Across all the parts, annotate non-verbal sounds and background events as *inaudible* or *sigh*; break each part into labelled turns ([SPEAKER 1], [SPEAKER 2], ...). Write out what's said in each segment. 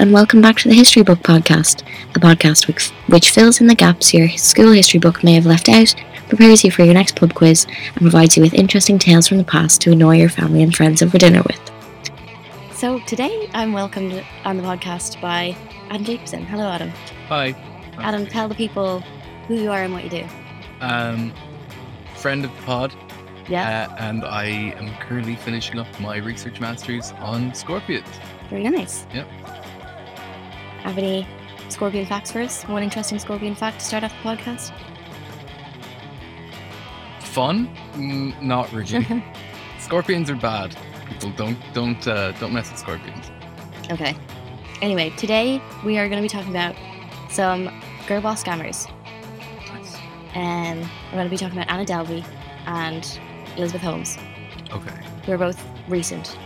[SPEAKER 1] and welcome back to the History Book Podcast, a podcast which, which fills in the gaps your school history book may have left out, prepares you for your next pub quiz, and provides you with interesting tales from the past to annoy your family and friends over dinner with. So today I'm welcomed on the podcast by Adam Jacobson. Hello, Adam.
[SPEAKER 2] Hi.
[SPEAKER 1] Adam, tell the people who you are and what you do.
[SPEAKER 2] Um, friend of the pod,
[SPEAKER 1] Yeah,
[SPEAKER 2] uh, and I am currently finishing up my research masters on scorpions.
[SPEAKER 1] very nice.
[SPEAKER 2] Yep.
[SPEAKER 1] Have any scorpion facts for us? One interesting scorpion fact to start off the podcast?
[SPEAKER 2] Fun? Mm,
[SPEAKER 1] *laughs*
[SPEAKER 2] not really. scorpions are bad. People don't don't uh, don't mess with scorpions.
[SPEAKER 1] Okay. Anyway, today we are going to be talking about some girl boss scammers. Um, we're going to be talking about Anna Delvey and Elizabeth Holmes,
[SPEAKER 2] Okay.
[SPEAKER 1] who are both recent,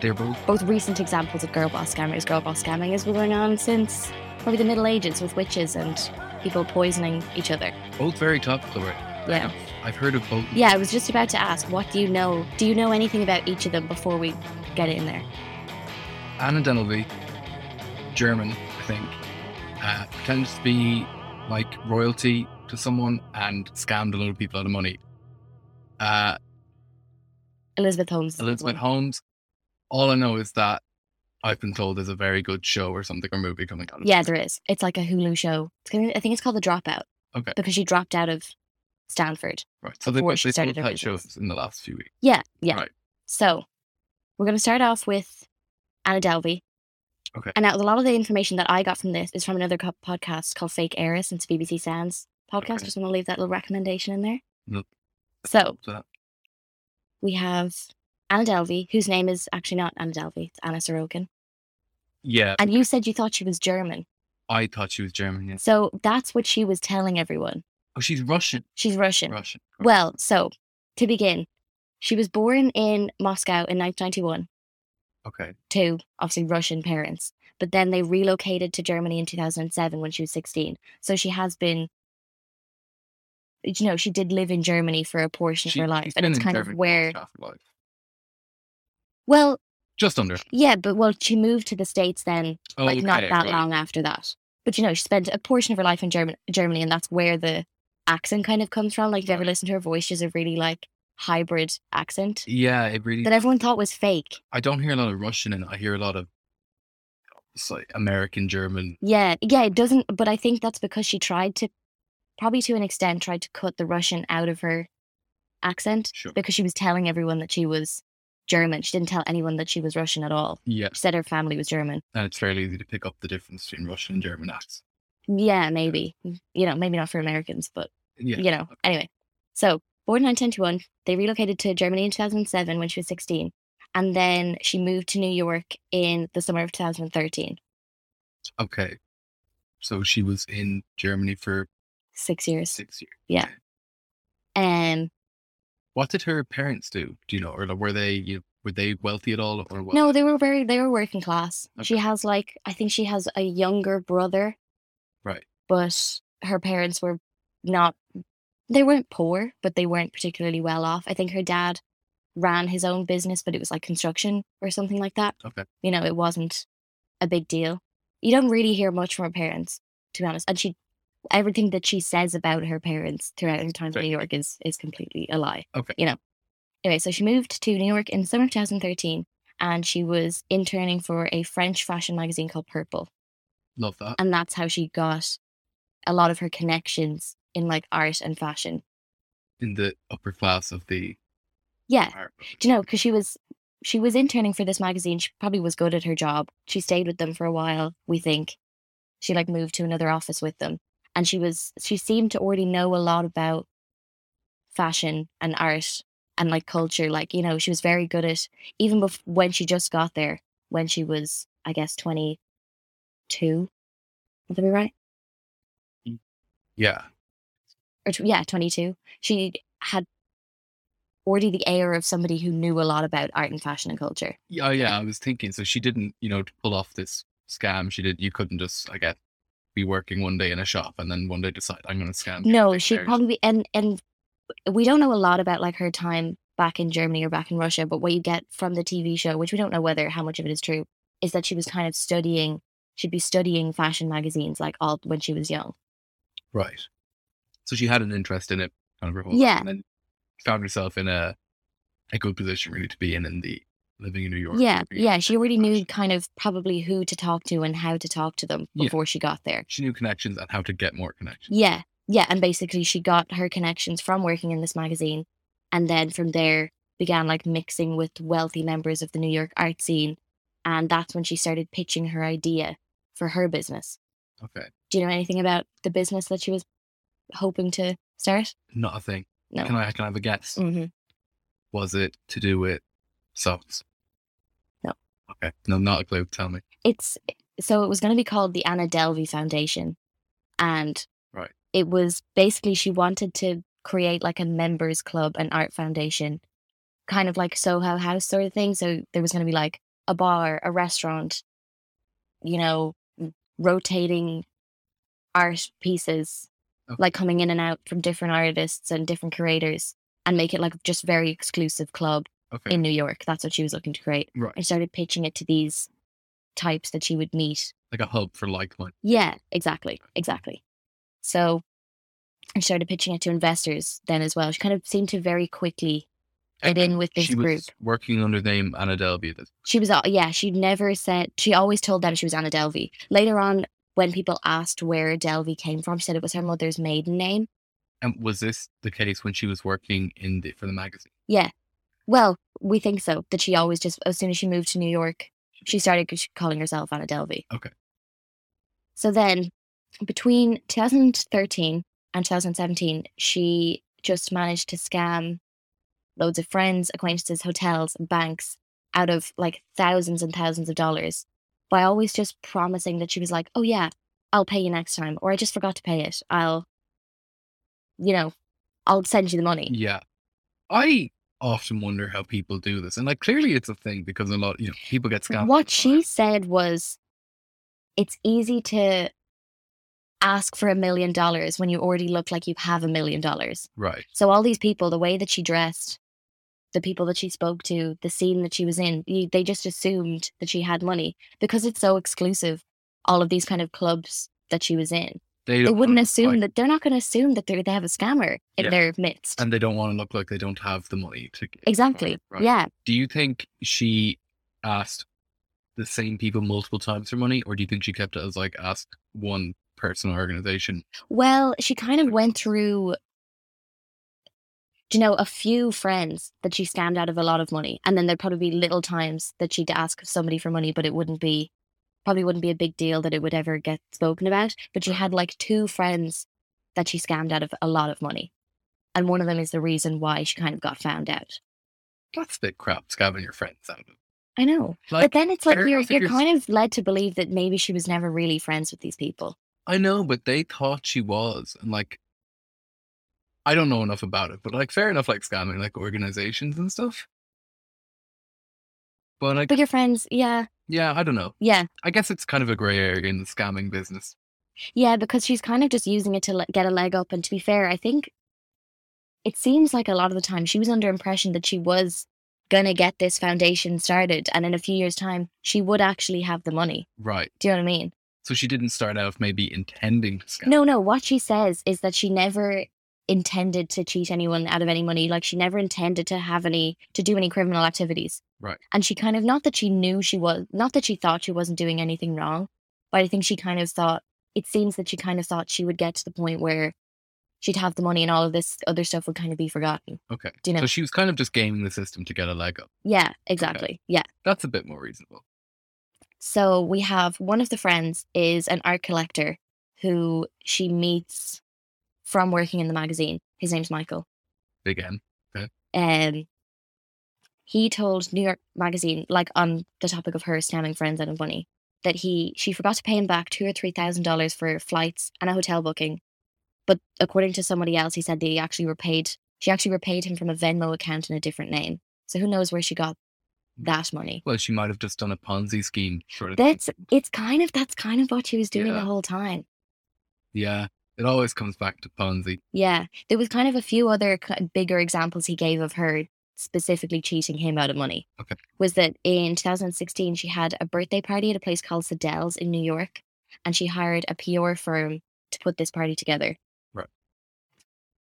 [SPEAKER 2] They're both
[SPEAKER 1] both recent examples of girl boss scammers. Girl boss scamming has been going on since probably the Middle Ages with witches and people poisoning each other.
[SPEAKER 2] both very topical. Right?
[SPEAKER 1] Yeah.
[SPEAKER 2] I've heard of both.
[SPEAKER 1] Yeah, I was just about to ask, what do you know? Do you know anything about each of them before we get in there?
[SPEAKER 2] Anna Denelby, German, I think, uh, pretended to be like royalty to someone and scammed a lot of people out of money. Uh,
[SPEAKER 1] Elizabeth Holmes. is the
[SPEAKER 2] Elizabeth
[SPEAKER 1] one.
[SPEAKER 2] Holmes. All I know is that I've been told there's a very good show or something or movie coming out. of
[SPEAKER 1] Yeah,
[SPEAKER 2] it.
[SPEAKER 1] there is. It's like a Hulu show. It's gonna, I think it's called The Dropout.
[SPEAKER 2] Okay.
[SPEAKER 1] Because she dropped out of Stanford.
[SPEAKER 2] Right. So they've,
[SPEAKER 1] before she
[SPEAKER 2] they've
[SPEAKER 1] started
[SPEAKER 2] both
[SPEAKER 1] her
[SPEAKER 2] had
[SPEAKER 1] business.
[SPEAKER 2] shows in the last few weeks.
[SPEAKER 1] Yeah, yeah.
[SPEAKER 2] Right.
[SPEAKER 1] So we're going to start off with Anna Delvey.
[SPEAKER 2] Okay.
[SPEAKER 1] And now a lot of the information that I got from this is from another co- podcast called Fake Heiress. and It's a BBC Sounds podcast.
[SPEAKER 2] Okay.
[SPEAKER 1] Just want to leave that little recommendation in there.
[SPEAKER 2] Yep.
[SPEAKER 1] So
[SPEAKER 2] So that-
[SPEAKER 1] we have Anna Delvey, whose name is actually not Anna Delvey, it's Anna Sorokin.
[SPEAKER 2] yeah,
[SPEAKER 1] And you said you thought she was German.
[SPEAKER 2] I thought she was German. Yes.
[SPEAKER 1] So that's what she was telling everyone.
[SPEAKER 2] Oh, she's Russian.
[SPEAKER 1] She's Russian.
[SPEAKER 2] Russian.
[SPEAKER 1] Well, so to begin, she was born in Moscow in 1991
[SPEAKER 2] Okay.
[SPEAKER 1] to obviously Russian parents, but then they relocated to Germany in 2007 when she was 16. So she has been, you know, she did live in Germany for a portion
[SPEAKER 2] She-
[SPEAKER 1] of her life,
[SPEAKER 2] she's
[SPEAKER 1] and
[SPEAKER 2] been
[SPEAKER 1] it's
[SPEAKER 2] in
[SPEAKER 1] kind
[SPEAKER 2] Germany
[SPEAKER 1] of where,
[SPEAKER 2] half her life.
[SPEAKER 1] well,
[SPEAKER 2] Just under.
[SPEAKER 1] yeah, but well, she moved to the states then,
[SPEAKER 2] Oh,
[SPEAKER 1] like not
[SPEAKER 2] okay,
[SPEAKER 1] that
[SPEAKER 2] right.
[SPEAKER 1] long after that. But you know, she spent a portion of her life in German, Germany, and that's where the accent kind of comes from. Like, if you ever listen to her voice, she has a really like hybrid accent
[SPEAKER 2] Yeah, it really.
[SPEAKER 1] that everyone thought was fake.
[SPEAKER 2] I don't hear a lot of Russian, and I hear a lot of it's like American German.
[SPEAKER 1] Yeah, yeah, it doesn't. But I think that's because she tried to, probably to an extent, tried to cut the Russian out of her accent
[SPEAKER 2] Sure.
[SPEAKER 1] because she was telling everyone that she was German. She didn't tell anyone that she was Russian at all.
[SPEAKER 2] Yeah,
[SPEAKER 1] She said her family was German.
[SPEAKER 2] and it's fairly easy to pick up the difference between Russian and German accents.
[SPEAKER 1] Yeah, maybe. Mm, You know, maybe not for Americans, but
[SPEAKER 2] Yeah.
[SPEAKER 1] you know, anyway. So, born in 1921, they relocated to Germany in 2007 when she was 16. And then she moved to New York in the summer of 2013,
[SPEAKER 2] Okay. So she was in Germany for
[SPEAKER 1] six years.
[SPEAKER 2] six years.
[SPEAKER 1] Um,
[SPEAKER 2] What did her parents do? Do you know, or like, were they you were they wealthy at all, or what?
[SPEAKER 1] No, they were very they were working class. She
[SPEAKER 2] Okay.
[SPEAKER 1] has like I think she has a younger brother,
[SPEAKER 2] Right.
[SPEAKER 1] but her parents were not they weren't poor, but they weren't particularly well off. I think her dad ran his own business, but it was like construction or something like that.
[SPEAKER 2] Okay.
[SPEAKER 1] You know, it wasn't a big deal. You don't really hear much from her parents, to be honest. And she everything that she says about her parents throughout her time in
[SPEAKER 2] Right.
[SPEAKER 1] New York is is completely a lie.
[SPEAKER 2] Okay.
[SPEAKER 1] You know. Anyway, so she moved to New York in the summer of 2013 and she was interning for a French fashion magazine called Purple.
[SPEAKER 2] Love that.
[SPEAKER 1] And that's how she got a lot of her connections in like art and fashion.
[SPEAKER 2] In the upper class of the
[SPEAKER 1] Yeah.
[SPEAKER 2] art.
[SPEAKER 1] Do you know, because she was she was interning for this magazine. She probably was good at her job. She stayed with them for a while, we think. She like moved to another office with them. And she was she seemed to already know a lot about fashion and art and like culture. Like, you know, she was very good at even bef- when she just got there, when she was, I guess, twenty two. Would that be right?
[SPEAKER 2] Yeah.
[SPEAKER 1] or tw- yeah, 22. She had already the air of somebody who knew a lot about art and fashion and culture.
[SPEAKER 2] Yeah. oh, Yeah. I was thinking. So she didn't, you know, to pull off this scam. She did. You couldn't just, I guess, be working one day in a shop and then one day decide I'm going to scam.
[SPEAKER 1] No,
[SPEAKER 2] Like,
[SPEAKER 1] she
[SPEAKER 2] there's-
[SPEAKER 1] probably and and we don't know a lot about like her time back in Germany or back in Russia, but what you get from the TV show, which we don't know whether how much of it is true, is that she was kind of studying, she'd be studying fashion magazines like all when she was young.
[SPEAKER 2] Right. So she had an interest in it kind of her whole
[SPEAKER 1] Yeah.
[SPEAKER 2] life, and then found herself in a a good position really to be in in the living in New York.
[SPEAKER 1] Yeah,
[SPEAKER 2] living in
[SPEAKER 1] yeah. She already knew
[SPEAKER 2] fashion.
[SPEAKER 1] kind of probably who to talk to and how to talk to them
[SPEAKER 2] Yeah.
[SPEAKER 1] before she got there.
[SPEAKER 2] She knew connections and how to get more connections.
[SPEAKER 1] Yeah, yeah. And basically, she got her connections from working in this magazine. And then from there, began like mixing with wealthy members of the New York art scene. And that's when she started pitching her idea for her business.
[SPEAKER 2] Okay.
[SPEAKER 1] Do you know anything about the business that she was hoping to start?
[SPEAKER 2] Not a thing.
[SPEAKER 1] No.
[SPEAKER 2] Can I can I have a guess?
[SPEAKER 1] hmm
[SPEAKER 2] Was it to do with socks?
[SPEAKER 1] No.
[SPEAKER 2] Okay. No, not a clue. Tell me.
[SPEAKER 1] It's so it was going to be called the Anna Delvey Foundation. And
[SPEAKER 2] Right.
[SPEAKER 1] it was basically she wanted to create like a members club and art foundation, kind of like Soho House sort of thing. So there was going to be like a bar, a restaurant, you know, rotating art pieces,
[SPEAKER 2] Okay.
[SPEAKER 1] like coming in and out from different artists and different creators, and make it like just very exclusive club
[SPEAKER 2] Okay.
[SPEAKER 1] in New York. That's what she was looking to create. I
[SPEAKER 2] right.
[SPEAKER 1] started pitching it to these types that she would meet.
[SPEAKER 2] Like a hub for like minded.
[SPEAKER 1] Yeah, exactly. Exactly. So I started pitching it to investors then as well. She kind of seemed to very quickly fit in with this
[SPEAKER 2] she
[SPEAKER 1] group.
[SPEAKER 2] was working under the name Anna Delvey. That's
[SPEAKER 1] She was, al- yeah, she never said, she always told them she was Anna Delvey. Later on, when people asked where Delvey came from, she said it was her mother's maiden name.
[SPEAKER 2] And was this the case when she was working in the for the magazine?
[SPEAKER 1] Well, we think so, that she always just, as soon as she moved to New York, she started c- calling herself Anna Delvey.
[SPEAKER 2] Okay.
[SPEAKER 1] So then, between 2013 and 2017, she just managed to scam loads of friends, acquaintances, hotels, and banks out of like thousands and thousands of dollars by always just promising that she was like, oh yeah, I'll pay you next time, or I just forgot to pay it. I'll, you know, I'll send you the money.
[SPEAKER 2] Yeah. I often wonder how people do this. And like clearly it's a thing because a lot, you know, people get scammed. all the
[SPEAKER 1] What
[SPEAKER 2] time.
[SPEAKER 1] she said was, it's easy to ask for a million dollars when you already look like you have a million dollars.
[SPEAKER 2] Right.
[SPEAKER 1] So all these people, the way that she dressed, the people that she spoke to, the scene that she was in, you- they just assumed that she had money because it's so exclusive. All of these kind of clubs that she was in, they
[SPEAKER 2] don't
[SPEAKER 1] wouldn't
[SPEAKER 2] wanna look
[SPEAKER 1] assume
[SPEAKER 2] like-
[SPEAKER 1] that they're not going to assume that they they have a scammer in
[SPEAKER 2] Yeah.
[SPEAKER 1] their midst.
[SPEAKER 2] and they don't want to look like they don't have the money to
[SPEAKER 1] exactly.
[SPEAKER 2] Right.
[SPEAKER 1] Yeah.
[SPEAKER 2] Do you think she asked the same people multiple times for money, or do you think she kept it as like ask one person or organization?
[SPEAKER 1] Well, she kind of went through, do you know, a few friends that she scammed out of a lot of money, and then there'd probably be little times that she'd ask somebody for money, but it wouldn't be, probably wouldn't be a big deal that it would ever get spoken about. But she had like two friends that she scammed out of a lot of money, and one of them is the reason why she kind of got found out.
[SPEAKER 2] That's a bit crap scamming your friends out of.
[SPEAKER 1] I know,
[SPEAKER 2] Like
[SPEAKER 1] but then it's like
[SPEAKER 2] fair
[SPEAKER 1] you're
[SPEAKER 2] enough if
[SPEAKER 1] you're
[SPEAKER 2] you're s-
[SPEAKER 1] kind of led to believe that maybe she was never really friends with these people.
[SPEAKER 2] I know, but they thought she was, and like I don't know enough about it, but like fair enough, like scamming like organizations and stuff. But like,
[SPEAKER 1] But your friends, yeah,
[SPEAKER 2] yeah, I don't know.
[SPEAKER 1] yeah,
[SPEAKER 2] I guess it's kind of a gray area in the scamming business.
[SPEAKER 1] Yeah, because she's kind of just using it to le- get a leg up. And to be fair, I think it seems like a lot of the time she was under impression that she was gonna get this foundation started, and in a few years' time she would actually have the money.
[SPEAKER 2] Right.
[SPEAKER 1] Do you know what I mean?
[SPEAKER 2] So she didn't start out maybe intending to scam.
[SPEAKER 1] No, no. What she says is that she never intended to cheat anyone out of any money. Like she never intended to have any to do any criminal activities.
[SPEAKER 2] Right.
[SPEAKER 1] And she kind of not that she knew she was not that she thought she wasn't doing anything wrong, but I think she kind of thought it seems that she kind of thought she would get to the point where she'd have the money and all of this other stuff would kind of be forgotten.
[SPEAKER 2] Okay.
[SPEAKER 1] Do you know?
[SPEAKER 2] So she was kind of just gaming the system to get a leg up.
[SPEAKER 1] yeah, exactly. Yeah.
[SPEAKER 2] That's a bit more reasonable.
[SPEAKER 1] So we have one of the friends is an art collector who she meets from working in the magazine. His name's Michael.
[SPEAKER 2] Big M.
[SPEAKER 1] um he told New York magazine, like on the topic of her scamming friends out of money, that he she forgot to pay him back two or three thousand dollars for flights and a hotel booking. But according to somebody else, he said they actually repaid she actually repaid him from a Venmo account in a different name. So who knows where she got that money.
[SPEAKER 2] Well, she might have just done a Ponzi scheme sort of thing.
[SPEAKER 1] That's it's kind of that's kind of what she was doing
[SPEAKER 2] Yeah.
[SPEAKER 1] the whole time.
[SPEAKER 2] Yeah. It always comes back to Ponzi.
[SPEAKER 1] Yeah, there was kind of a few other k- bigger examples he gave of her specifically cheating him out of money
[SPEAKER 2] Okay.
[SPEAKER 1] was that in 2016 she had a birthday party at a place called Sedell's in New York, and she hired a PR firm to put this party together.
[SPEAKER 2] Right.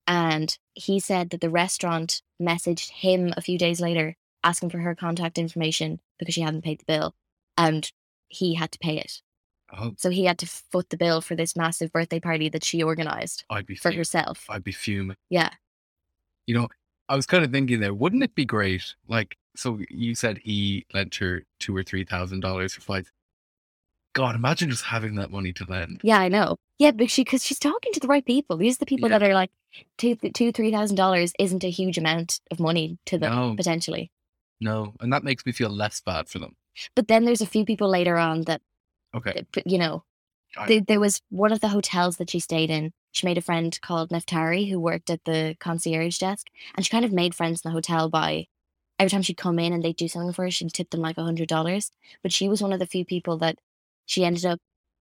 [SPEAKER 1] And he said that the restaurant messaged him a few days later asking for her contact information because she hadn't paid the bill, and he had to pay it.
[SPEAKER 2] Oh,
[SPEAKER 1] So he had to foot the bill for this massive birthday party that she organized
[SPEAKER 2] I'd be
[SPEAKER 1] for
[SPEAKER 2] fuming.
[SPEAKER 1] herself.
[SPEAKER 2] I'd be fuming.
[SPEAKER 1] Yeah.
[SPEAKER 2] You know, I was kind of thinking there, wouldn't it be great? Like, so you said he lent her two or three thousand dollars for flights. God, imagine just having that money to lend.
[SPEAKER 1] Yeah, I know. Yeah, because she, 'cause she's talking to the right people. These are the people
[SPEAKER 2] Yeah.
[SPEAKER 1] that are like two, th- two, three thousand dollars isn't a huge amount of money to them
[SPEAKER 2] No.
[SPEAKER 1] potentially.
[SPEAKER 2] No, and that makes me feel less bad for them.
[SPEAKER 1] But then there's a few people later on that,
[SPEAKER 2] Okay,
[SPEAKER 1] that p- you know,
[SPEAKER 2] I-
[SPEAKER 1] th- there was one of the hotels that she stayed in. She made a friend called Neftari who worked at the concierge desk, and she kind of made friends in the hotel by every time she'd come in and they'd do something for her, she'd tip them like a hundred dollars. But she was one of the few people that she ended up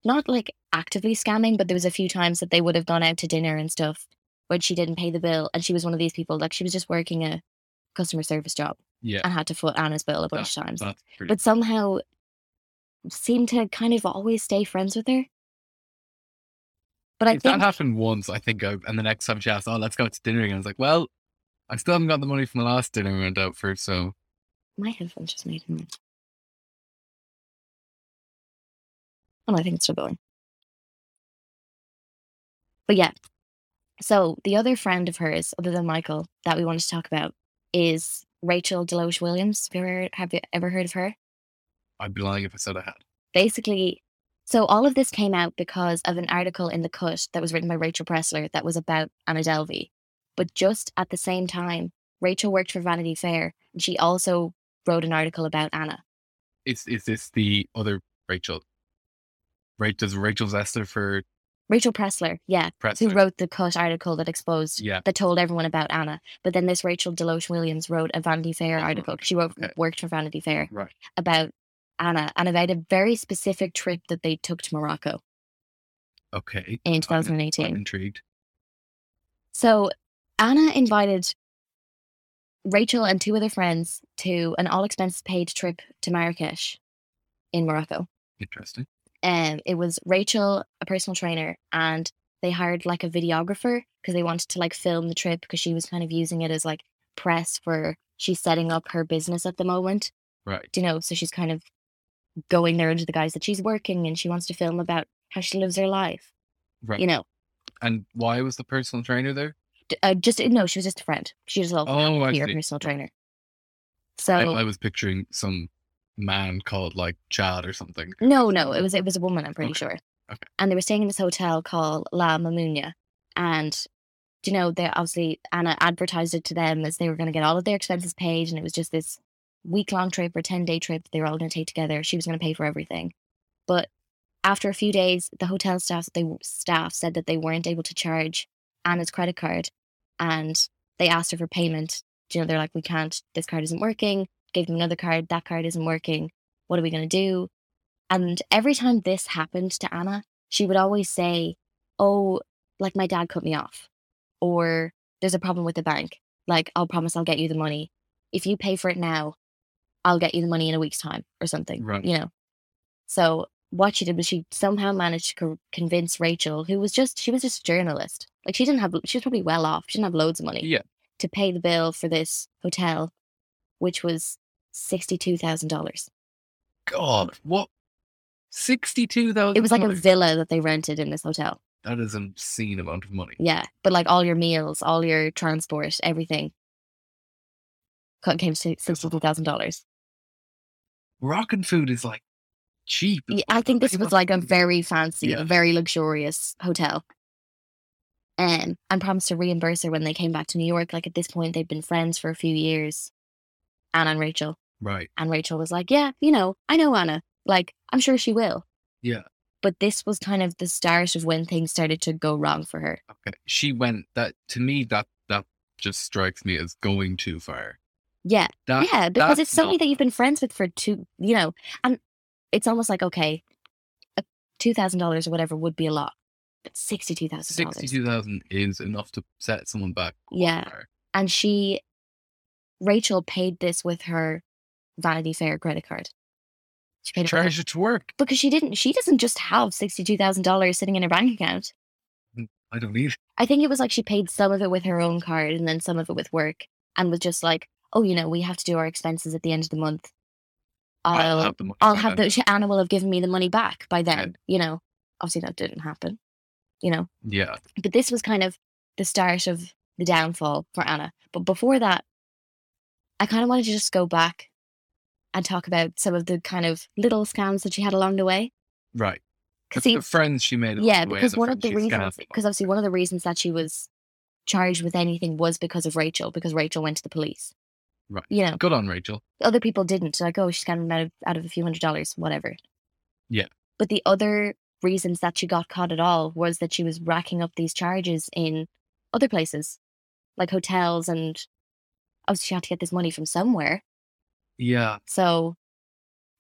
[SPEAKER 1] not like actively scamming, but there was a few times that they would have gone out to dinner and stuff when she didn't pay the bill, and she was one of these people like she was just working a customer service job
[SPEAKER 2] yeah,
[SPEAKER 1] and had to foot Anna's bill a bunch of times
[SPEAKER 2] that's pretty.
[SPEAKER 1] but somehow seem to kind of always stay friends with her. But I
[SPEAKER 2] if
[SPEAKER 1] think
[SPEAKER 2] that happened once, I think, I, and the next time she asked, "Oh, let's go out to dinner again," I was like, "Well, I still haven't got the money from the last dinner we went out for." So,
[SPEAKER 1] my headphones just made him. Oh, no, I think it's still going. But yeah. So the other friend of hers, other than Michael, that we wanted to talk about is Rachel Deloche Williams. Have you ever, have you ever heard of her?
[SPEAKER 2] I'd be lying if I said I had.
[SPEAKER 1] basically, so all of this came out because of an article in The Cut that was written by Rachel Pressler that was about Anna Delvey. But just at the same time, Rachel worked for Vanity Fair and she also wrote an article about Anna.
[SPEAKER 2] Is is this the other Rachel? Right? Does Rachel Zester for
[SPEAKER 1] Rachel Pressler, yeah,
[SPEAKER 2] press?
[SPEAKER 1] who wrote the Cut article that exposed,
[SPEAKER 2] Yeah.
[SPEAKER 1] that told everyone about Anna. But then this Rachel Deloche Williams wrote a Vanity Fair
[SPEAKER 2] Oh,
[SPEAKER 1] article. She wrote,
[SPEAKER 2] okay.
[SPEAKER 1] worked for Vanity Fair
[SPEAKER 2] Right.
[SPEAKER 1] about Anna and about a very specific trip that they took to Morocco
[SPEAKER 2] Okay.
[SPEAKER 1] in
[SPEAKER 2] I'm
[SPEAKER 1] 2018.
[SPEAKER 2] intrigued.
[SPEAKER 1] So Anna invited Rachel and two other friends to an all expenses paid trip to Marrakesh in Morocco.
[SPEAKER 2] Interesting.
[SPEAKER 1] Um, it was Rachel, a personal trainer, and they hired like a videographer because they wanted to like film the trip because she was kind of using it as like press for she's setting up her business at the moment
[SPEAKER 2] Right.
[SPEAKER 1] you know, so she's kind of going there into the guise that she's working and she wants to film about how she lives her life,
[SPEAKER 2] Right.
[SPEAKER 1] you know.
[SPEAKER 2] And why was the personal trainer there?
[SPEAKER 1] D- uh, just no, she was just a friend. She just loved
[SPEAKER 2] Oh, I
[SPEAKER 1] your
[SPEAKER 2] see.
[SPEAKER 1] personal trainer. So
[SPEAKER 2] I, I was picturing some man called like Chad or something.
[SPEAKER 1] no, no, it was it was a woman. I'm pretty
[SPEAKER 2] Okay,
[SPEAKER 1] sure.
[SPEAKER 2] okay.
[SPEAKER 1] And they were staying in this hotel called La Mamunia, and do you know they obviously Anna advertised it to them as they were going to get all of their expenses paid, and it was just this week long trip or ten day trip they were all going to take together. She was going to pay for everything, but after a few days, the hotel staff they staff said that they weren't able to charge Anna's credit card, and they asked her for payment. Do you know they're like, we can't. This card isn't working. Gave them another card. That card isn't working. What are we going to do? And every time this happened to Anna, she would always say, Oh, like my dad cut me off, or there's a problem with the bank. Like, I'll promise I'll get you the money. If you pay for it now, I'll get you the money in a week's time or something,
[SPEAKER 2] Right.
[SPEAKER 1] you know? So, what she did was she somehow managed to co- convince Rachel, who was just, she was just a journalist. Like, she didn't have, she was probably well off. She didn't have loads of money
[SPEAKER 2] Yeah.
[SPEAKER 1] to pay the bill for this hotel, which was $62,000.
[SPEAKER 2] God, what? Sixty-two thousand.
[SPEAKER 1] It was like a villa that they rented in this hotel.
[SPEAKER 2] that is an obscene amount of money.
[SPEAKER 1] Yeah, but like all your meals, all your transport, everything co- came to sixty-two thousand dollars.
[SPEAKER 2] Moroccan food is like cheap. as
[SPEAKER 1] I
[SPEAKER 2] well.
[SPEAKER 1] think this
[SPEAKER 2] Like,
[SPEAKER 1] was
[SPEAKER 2] what-
[SPEAKER 1] like a very fancy,
[SPEAKER 2] Yeah.
[SPEAKER 1] a very luxurious hotel. Um, and promised to reimburse her when they came back to New York. Like at this point, they'd been friends for a few years, Anna and Rachel.
[SPEAKER 2] right.
[SPEAKER 1] And Rachel was like, "Yeah, you know, I know Anna. Like, I'm sure she will."
[SPEAKER 2] Yeah.
[SPEAKER 1] But this was kind of the start of when things started to go wrong for her.
[SPEAKER 2] Okay. She went that to me that that just strikes me as going too far.
[SPEAKER 1] Yeah,
[SPEAKER 2] That,
[SPEAKER 1] yeah, because it's
[SPEAKER 2] that's
[SPEAKER 1] somebody
[SPEAKER 2] not-
[SPEAKER 1] that you've been friends with for two, you know, and it's almost like okay, a two thousand dollars or whatever would be a lot, but sixty-two thousand dollars.
[SPEAKER 2] sixty-two thousand is enough to set someone back. quite
[SPEAKER 1] Yeah.
[SPEAKER 2] far.
[SPEAKER 1] And she Rachel paid this with her Vanity Fair credit card. She paid it with her-
[SPEAKER 2] Charge it to work.
[SPEAKER 1] because she didn't. She doesn't just have sixty two thousand dollars sitting in her bank account.
[SPEAKER 2] I don't need. *laughs*
[SPEAKER 1] I think it was like she paid some of it with her own card and then some of it with work, and was just like, oh, you know, we have to do our expenses at the end of the month. I'll
[SPEAKER 2] I'll have the money.
[SPEAKER 1] I'll
[SPEAKER 2] by
[SPEAKER 1] have
[SPEAKER 2] then.
[SPEAKER 1] those. Anna will have given me the money back by then. You know, obviously that didn't happen. You know,
[SPEAKER 2] Yeah.
[SPEAKER 1] but this was kind of the start of the downfall for Anna. But before that, I kind of wanted to just go back and talk about some of the kind of little scams that she had along the way.
[SPEAKER 2] Right.
[SPEAKER 1] 'Cause
[SPEAKER 2] Because
[SPEAKER 1] see-
[SPEAKER 2] the friends she made. along
[SPEAKER 1] yeah,
[SPEAKER 2] the way,
[SPEAKER 1] because one of the
[SPEAKER 2] friends she
[SPEAKER 1] reasons,
[SPEAKER 2] scammed.
[SPEAKER 1] because obviously one of the reasons that she was charged with anything was because of Rachel, because Rachel went to the police.
[SPEAKER 2] Right.
[SPEAKER 1] You know,
[SPEAKER 2] Good on Rachel.
[SPEAKER 1] other people didn't. Like, oh, she's kind of out of, out of a few hundred dollars, whatever.
[SPEAKER 2] Yeah.
[SPEAKER 1] But the other reasons that she got caught at all was that she was racking up these charges in other places, like hotels, and obviously she had to get this money from somewhere.
[SPEAKER 2] Yeah.
[SPEAKER 1] So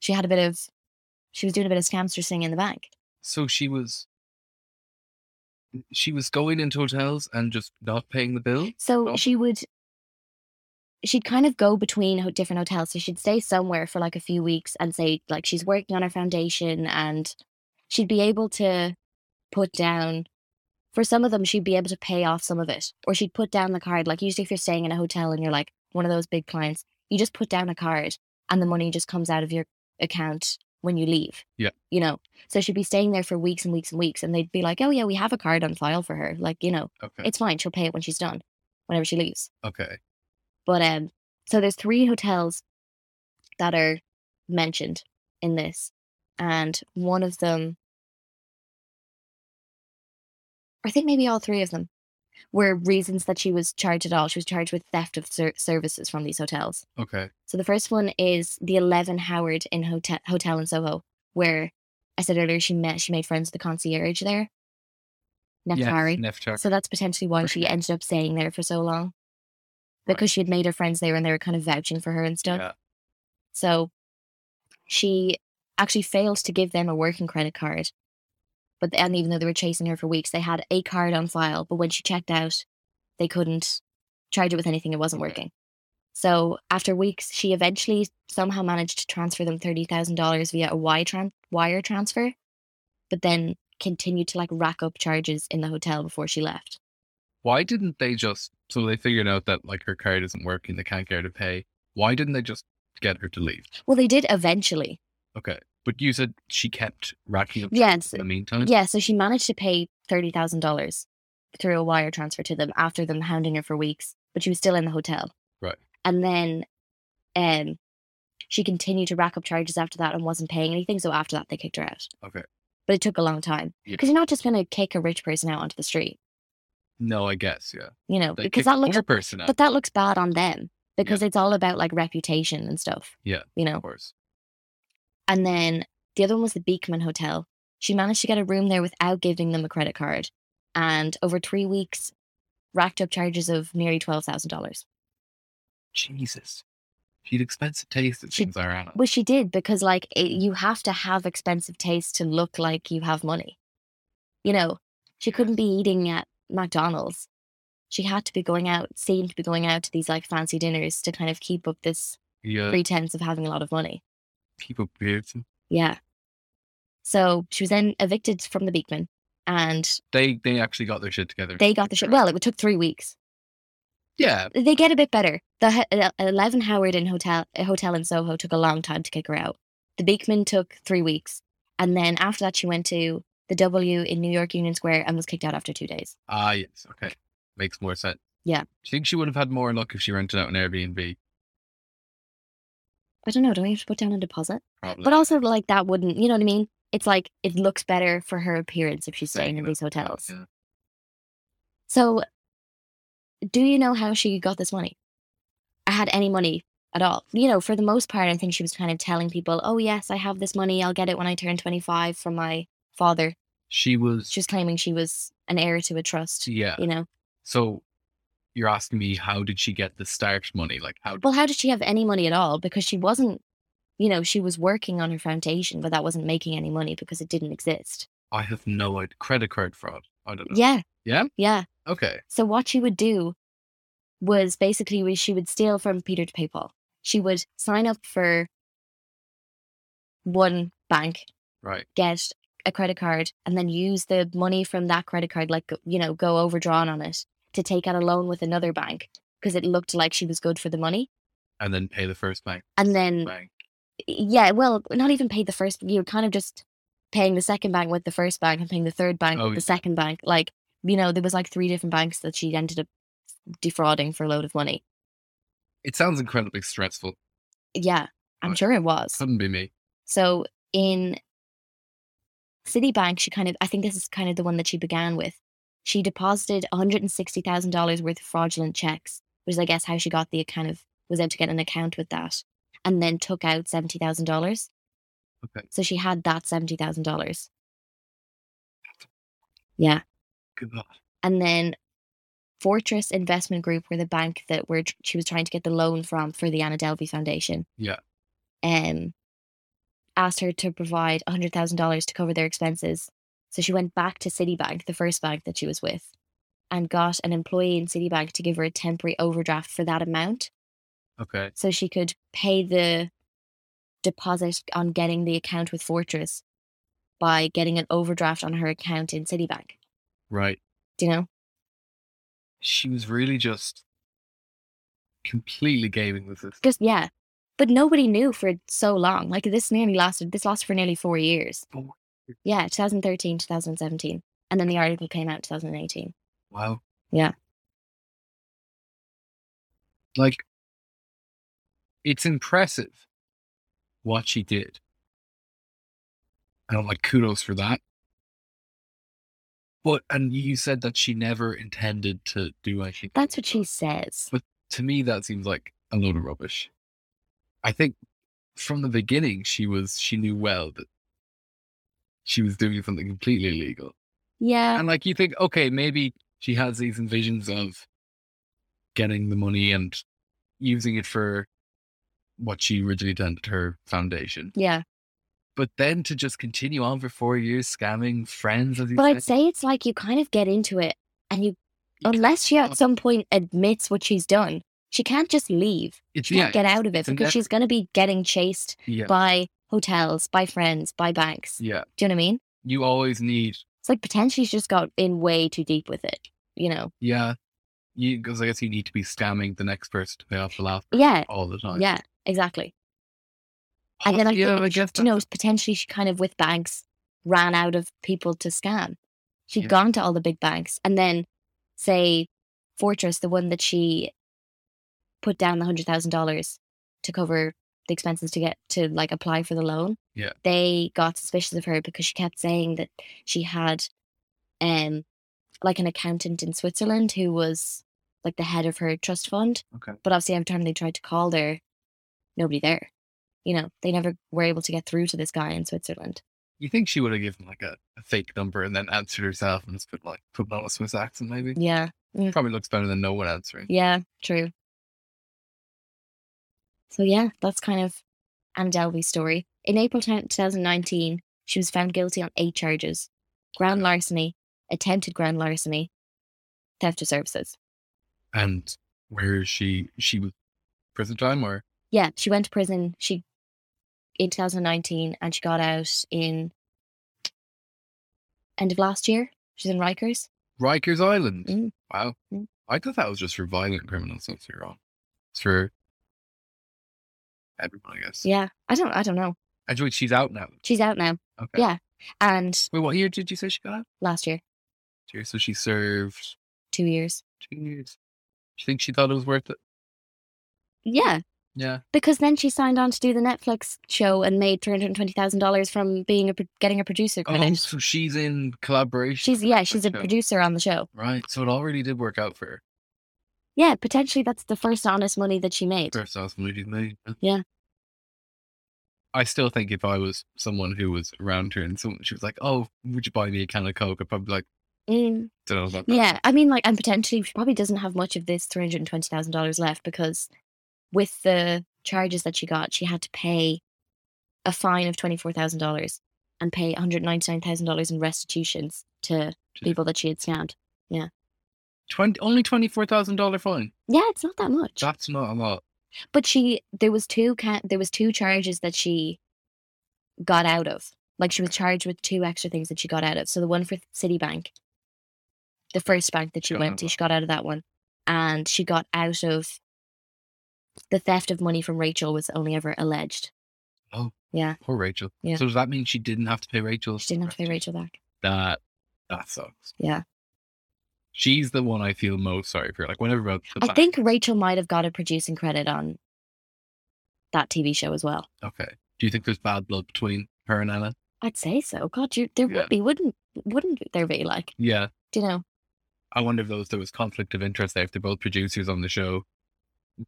[SPEAKER 1] she had a bit of, she was doing a bit of scamster singing in the bank.
[SPEAKER 2] So she was. She was going into hotels and just not paying the bill.
[SPEAKER 1] So
[SPEAKER 2] Oh.
[SPEAKER 1] she would, she'd kind of go between ho- different hotels. So she'd stay somewhere for like a few weeks and say, like, she's working on her foundation and she'd be able to put down, for some of them, she'd be able to pay off some of it. Or she'd put down the card. Like, usually, if you're staying in a hotel and you're like one of those big clients, you just put down a card and the money just comes out of your account when you leave.
[SPEAKER 2] Yeah.
[SPEAKER 1] You know, so she'd be staying there for weeks and weeks and weeks. And they'd be like, oh, yeah, we have a card on file for her. Like, you know,
[SPEAKER 2] Okay.
[SPEAKER 1] it's fine. She'll pay it when she's done, whenever she leaves.
[SPEAKER 2] okay.
[SPEAKER 1] But um, so there's three hotels that are mentioned in this, and one of them, I think maybe all three of them, were reasons that she was charged at all. She was charged with theft of ser- services from these hotels.
[SPEAKER 2] Okay.
[SPEAKER 1] So the first one is the Eleven Howard in hotel hotel in Soho, where I said earlier she met she made friends with the concierge there, Neftari.
[SPEAKER 2] Neftari.
[SPEAKER 1] So that's potentially why
[SPEAKER 2] For
[SPEAKER 1] she
[SPEAKER 2] sure.
[SPEAKER 1] ended up staying there for so long.
[SPEAKER 2] Right.
[SPEAKER 1] Because she had made her friends there and they were kind of vouching for her and stuff.
[SPEAKER 2] Yeah.
[SPEAKER 1] So she actually failed to give them a working credit card. But and even though they were chasing her for weeks, they had a card on file, but when she checked out, they couldn't charge it with anything, it wasn't
[SPEAKER 2] Okay.
[SPEAKER 1] working. So after weeks, she eventually somehow managed to transfer them thirty thousand dollars via a wire, tran- wire transfer, but then continued to like rack up charges in the hotel before she left.
[SPEAKER 2] Why didn't they just? So they figured out that like her card isn't working. They can't get her to pay. Why didn't they just get her to leave?
[SPEAKER 1] Well, they did eventually.
[SPEAKER 2] Okay. But you said she kept racking up
[SPEAKER 1] Yes.
[SPEAKER 2] *laughs* in the meantime.
[SPEAKER 1] Yeah, so she managed to pay $30,000 through a wire transfer to them after them hounding her for weeks, but she was still in the hotel.
[SPEAKER 2] Right.
[SPEAKER 1] And then um she continued to rack up charges after that and wasn't paying anything, so after that they kicked her out.
[SPEAKER 2] Okay.
[SPEAKER 1] But it took a long time.
[SPEAKER 2] Yeah.
[SPEAKER 1] Because you're not just going to kick a rich person out onto the street,
[SPEAKER 2] No, I guess. Yeah.
[SPEAKER 1] you know,
[SPEAKER 2] They
[SPEAKER 1] because
[SPEAKER 2] kicked
[SPEAKER 1] that looks
[SPEAKER 2] poor person out.
[SPEAKER 1] but that looks bad on them because it's all about like reputation and stuff.
[SPEAKER 2] Yeah.
[SPEAKER 1] You know.
[SPEAKER 2] of course.
[SPEAKER 1] And then the other one was the Beekman Hotel. She managed to get a room there without giving them a credit card. And over three weeks, racked up charges of nearly $12,000.
[SPEAKER 2] Jesus. She'd expensive taste it
[SPEAKER 1] She-
[SPEAKER 2] seems, Ariana.
[SPEAKER 1] Which she did because, like, it, you have to have expensive taste to look like you have money. You know, she couldn't be eating at McDonald's. She had to be going out, seemed to be going out to these like fancy dinners to kind of keep up this
[SPEAKER 2] Yeah.
[SPEAKER 1] pretense of having a lot of money.
[SPEAKER 2] People beautiful.
[SPEAKER 1] Yeah. So she was then evicted from the Beekman and
[SPEAKER 2] They they actually got their shit together.
[SPEAKER 1] they got the shit. Well, it took three weeks.
[SPEAKER 2] Yeah.
[SPEAKER 1] They get a bit better. The H- uh, Eleven Howard in hotel a hotel in Soho took a long time to kick her out. The Beekman took three weeks, and then after that, she went to the W in New York Union Square and was kicked out after two days.
[SPEAKER 2] Ah yes. Okay. Makes more sense.
[SPEAKER 1] Yeah.
[SPEAKER 2] Do you think she would have had more luck if she rented out an Airbnb?
[SPEAKER 1] I don't know. Don't we have to put down a deposit?
[SPEAKER 2] Probably.
[SPEAKER 1] But also, like that wouldn't. You know what I mean? It's like it looks better for her appearance if she's staying in
[SPEAKER 2] Exactly.
[SPEAKER 1] these hotels.
[SPEAKER 2] Yeah.
[SPEAKER 1] So, do you know how she got this money? I had any money at all. You know, for the most part, I think she was kind of telling people, oh, yes, I have this money. I'll get it when I turn 25 from my father.
[SPEAKER 2] She was
[SPEAKER 1] She was claiming she was an heir to a trust,
[SPEAKER 2] yeah.
[SPEAKER 1] you know.
[SPEAKER 2] So you're asking me how did she get the start money? Like how
[SPEAKER 1] Well, how did she have any money at all? Because she wasn't, you know, she was working on her foundation, but that wasn't making any money because it didn't exist.
[SPEAKER 2] I have no idea. Credit card fraud. I don't know.
[SPEAKER 1] Yeah.
[SPEAKER 2] Yeah?
[SPEAKER 1] Yeah.
[SPEAKER 2] Okay.
[SPEAKER 1] So what she would do was basically where she would steal from Peter to pay Paul. She would sign up for one bank,
[SPEAKER 2] Right.
[SPEAKER 1] get a credit card, and then use the money from that credit card, like, you know, go overdrawn on it to take out a loan with another bank because it looked like she was good for the money.
[SPEAKER 2] And then pay the first bank.
[SPEAKER 1] And then
[SPEAKER 2] Bank.
[SPEAKER 1] yeah, well, not even paid the first. You were kind of just paying the second bank with the first bank and paying the third bank
[SPEAKER 2] Oh,
[SPEAKER 1] with
[SPEAKER 2] yeah.
[SPEAKER 1] the second bank. Like you know, there was like three different banks that she ended up defrauding for a load of money.
[SPEAKER 2] It sounds incredibly stressful.
[SPEAKER 1] Yeah, I'm
[SPEAKER 2] Right.
[SPEAKER 1] sure it was.
[SPEAKER 2] Couldn't be me.
[SPEAKER 1] So in Citibank, she kind of I think this is kind of the one that she began with. She deposited $160,000 worth of fraudulent checks, which is, I guess, how she got the kind of was able to get an account with that, and then took out $70,000.
[SPEAKER 2] Okay.
[SPEAKER 1] So she had that seventy thousand dollars. Yeah,
[SPEAKER 2] Good God.
[SPEAKER 1] and then Fortress Investment Group were the bank that were tr- she was trying to get the loan from for the Anna Delvey Foundation.
[SPEAKER 2] Yeah.
[SPEAKER 1] Um, asked her to provide hundred thousand dollars to cover their expenses. So she went back to Citibank, the first bank that she was with, and got an employee in Citibank to give her a temporary overdraft for that amount,
[SPEAKER 2] Okay.
[SPEAKER 1] so she could pay the deposit on getting the account with Fortress by getting an overdraft on her account in Citibank.
[SPEAKER 2] Right.
[SPEAKER 1] Do you know?
[SPEAKER 2] She was really just completely gaming with this.
[SPEAKER 1] Just yeah. But nobody knew for so long. Like this nearly lasted this lasted for nearly four years.
[SPEAKER 2] Four years.
[SPEAKER 1] Yeah, 2013, 2017. And then the article came out in 2018.
[SPEAKER 2] Wow.
[SPEAKER 1] Yeah.
[SPEAKER 2] Like, it's impressive what she did. And I'm like, kudos for that. But, and you said that she never intended to do anything.
[SPEAKER 1] That's what she says.
[SPEAKER 2] To me, that seems like a load of rubbish. I think from the beginning, she was, she knew well that she was doing something completely illegal
[SPEAKER 1] Yeah.
[SPEAKER 2] and like you think, okay, maybe she has these visions of getting the money and using it for what she originally intended her foundation.
[SPEAKER 1] Yeah.
[SPEAKER 2] But then to just continue on for four years scamming friends, as you
[SPEAKER 1] But I'd
[SPEAKER 2] said,
[SPEAKER 1] say it's like you kind of get into it and you
[SPEAKER 2] You can't
[SPEAKER 1] unless she at some point admits what she's done, she can't just leave.
[SPEAKER 2] it's
[SPEAKER 1] She can't get out of it
[SPEAKER 2] it's an
[SPEAKER 1] because she's gonna be getting chased
[SPEAKER 2] yeah, Mm.
[SPEAKER 1] by hotels, by friends, by banks.
[SPEAKER 2] yeah.
[SPEAKER 1] Do you know what I mean?
[SPEAKER 2] You always need
[SPEAKER 1] It's like potentially she's just got in way too deep with it, you know?
[SPEAKER 2] yeah, you because I guess you need to be scamming the next person to pay off the last
[SPEAKER 1] Yeah,
[SPEAKER 2] all the time.
[SPEAKER 1] yeah, exactly. And then I
[SPEAKER 2] yeah,
[SPEAKER 1] think,
[SPEAKER 2] I guess
[SPEAKER 1] You know, potentially she kind of with banks ran out of people to scam. she had
[SPEAKER 2] Yeah.
[SPEAKER 1] gone to all the big banks and then, say, Fortress, the one that she put down the hundred thousand dollars to cover the expenses to get to like apply for the loan.
[SPEAKER 2] Yeah.
[SPEAKER 1] They got suspicious of her because she kept saying that she had um like an accountant in Switzerland who was like the head of her trust fund.
[SPEAKER 2] Okay.
[SPEAKER 1] But obviously every time they tried to call there, nobody there. You know, they never were able to get through to this guy in Switzerland.
[SPEAKER 2] you think she would have given like a, a fake number and then answered herself and just put like put on a Swiss accent maybe.
[SPEAKER 1] Yeah.
[SPEAKER 2] Probably looks better than no one answering.
[SPEAKER 1] Yeah, true. So yeah, that's kind of Anne Delvey's story. In April 10, 2019, she was found guilty on eight charges: grand larceny, attempted grand larceny, theft of services.
[SPEAKER 2] And where is she? She was prison time, or
[SPEAKER 1] Yeah, she went to prison. She in 2019, and she got out in end of last year. She's in Rikers.
[SPEAKER 2] Rikers Island.
[SPEAKER 1] Mm.
[SPEAKER 2] Wow,
[SPEAKER 1] Mm.
[SPEAKER 2] I thought that was just for violent criminals. Don't get me wrong. It's for everyone, I guess.
[SPEAKER 1] Yeah, I don't, I don't know.
[SPEAKER 2] Actually, she's out now.
[SPEAKER 1] She's out now.
[SPEAKER 2] Okay.
[SPEAKER 1] Yeah. And
[SPEAKER 2] Wait, what year did you say she got out?
[SPEAKER 1] last year,
[SPEAKER 2] Two years. So she served
[SPEAKER 1] two years.
[SPEAKER 2] two years. Do you think she thought it was worth it?
[SPEAKER 1] Yeah,
[SPEAKER 2] Yeah.
[SPEAKER 1] Because then she signed on to do the Netflix show and made three hundred twenty thousand dollars from being a pro- getting a producer
[SPEAKER 2] Oh,
[SPEAKER 1] credit.
[SPEAKER 2] *laughs* so she's in collaboration.
[SPEAKER 1] she's
[SPEAKER 2] with
[SPEAKER 1] yeah,
[SPEAKER 2] that
[SPEAKER 1] she's a
[SPEAKER 2] show.
[SPEAKER 1] producer on the show.
[SPEAKER 2] Right. So it already did work out for her.
[SPEAKER 1] Yeah, potentially that's the first honest money that she made.
[SPEAKER 2] First off, Moody's Moon.
[SPEAKER 1] Yeah.
[SPEAKER 2] I still think if I was someone who was around her and someone she was like, "Oh, would you buy me a can of Coke?" I'd probably be like,
[SPEAKER 1] Mm,
[SPEAKER 2] "Don't know about that."
[SPEAKER 1] yeah, I mean, like, and potentially she probably doesn't have much of this three hundred twenty thousand dollars left because with the charges that she got, she had to pay a fine of twenty four thousand dollars and pay one hundred ninety nine thousand dollars in restitutions to
[SPEAKER 2] Just-
[SPEAKER 1] people that she had scammed.
[SPEAKER 2] Twenty only twenty four thousand dollar fine.
[SPEAKER 1] Yeah, it's not that much.
[SPEAKER 2] That's not a lot.
[SPEAKER 1] But she, there was two ca- there was two charges that she got out of. Like she was charged with two extra things that she got out of. So the one for Citibank, the first bank that she
[SPEAKER 2] Got out
[SPEAKER 1] went
[SPEAKER 2] of
[SPEAKER 1] to,
[SPEAKER 2] that.
[SPEAKER 1] she got out of that one, and she got out of the theft of money from Rachel was only ever alleged.
[SPEAKER 2] Poor Rachel.
[SPEAKER 1] Yeah.
[SPEAKER 2] So does that mean she didn't have to pay Rachel?
[SPEAKER 1] She didn't have to pay Rachel back.
[SPEAKER 2] That that sucks.
[SPEAKER 1] Yeah.
[SPEAKER 2] She's the one I feel most sorry for. Like whenever about the
[SPEAKER 1] I
[SPEAKER 2] back-
[SPEAKER 1] think Rachel might have got a producing credit on that TV show as well.
[SPEAKER 2] Okay. Do you think there's bad blood between her and Anna?
[SPEAKER 1] I'd say so. God, you there
[SPEAKER 2] Yeah.
[SPEAKER 1] would be, wouldn't wouldn't there be? Like,
[SPEAKER 2] Yeah.
[SPEAKER 1] do you know?
[SPEAKER 2] I wonder if those there was conflict of interest there. If they're both producers on the show,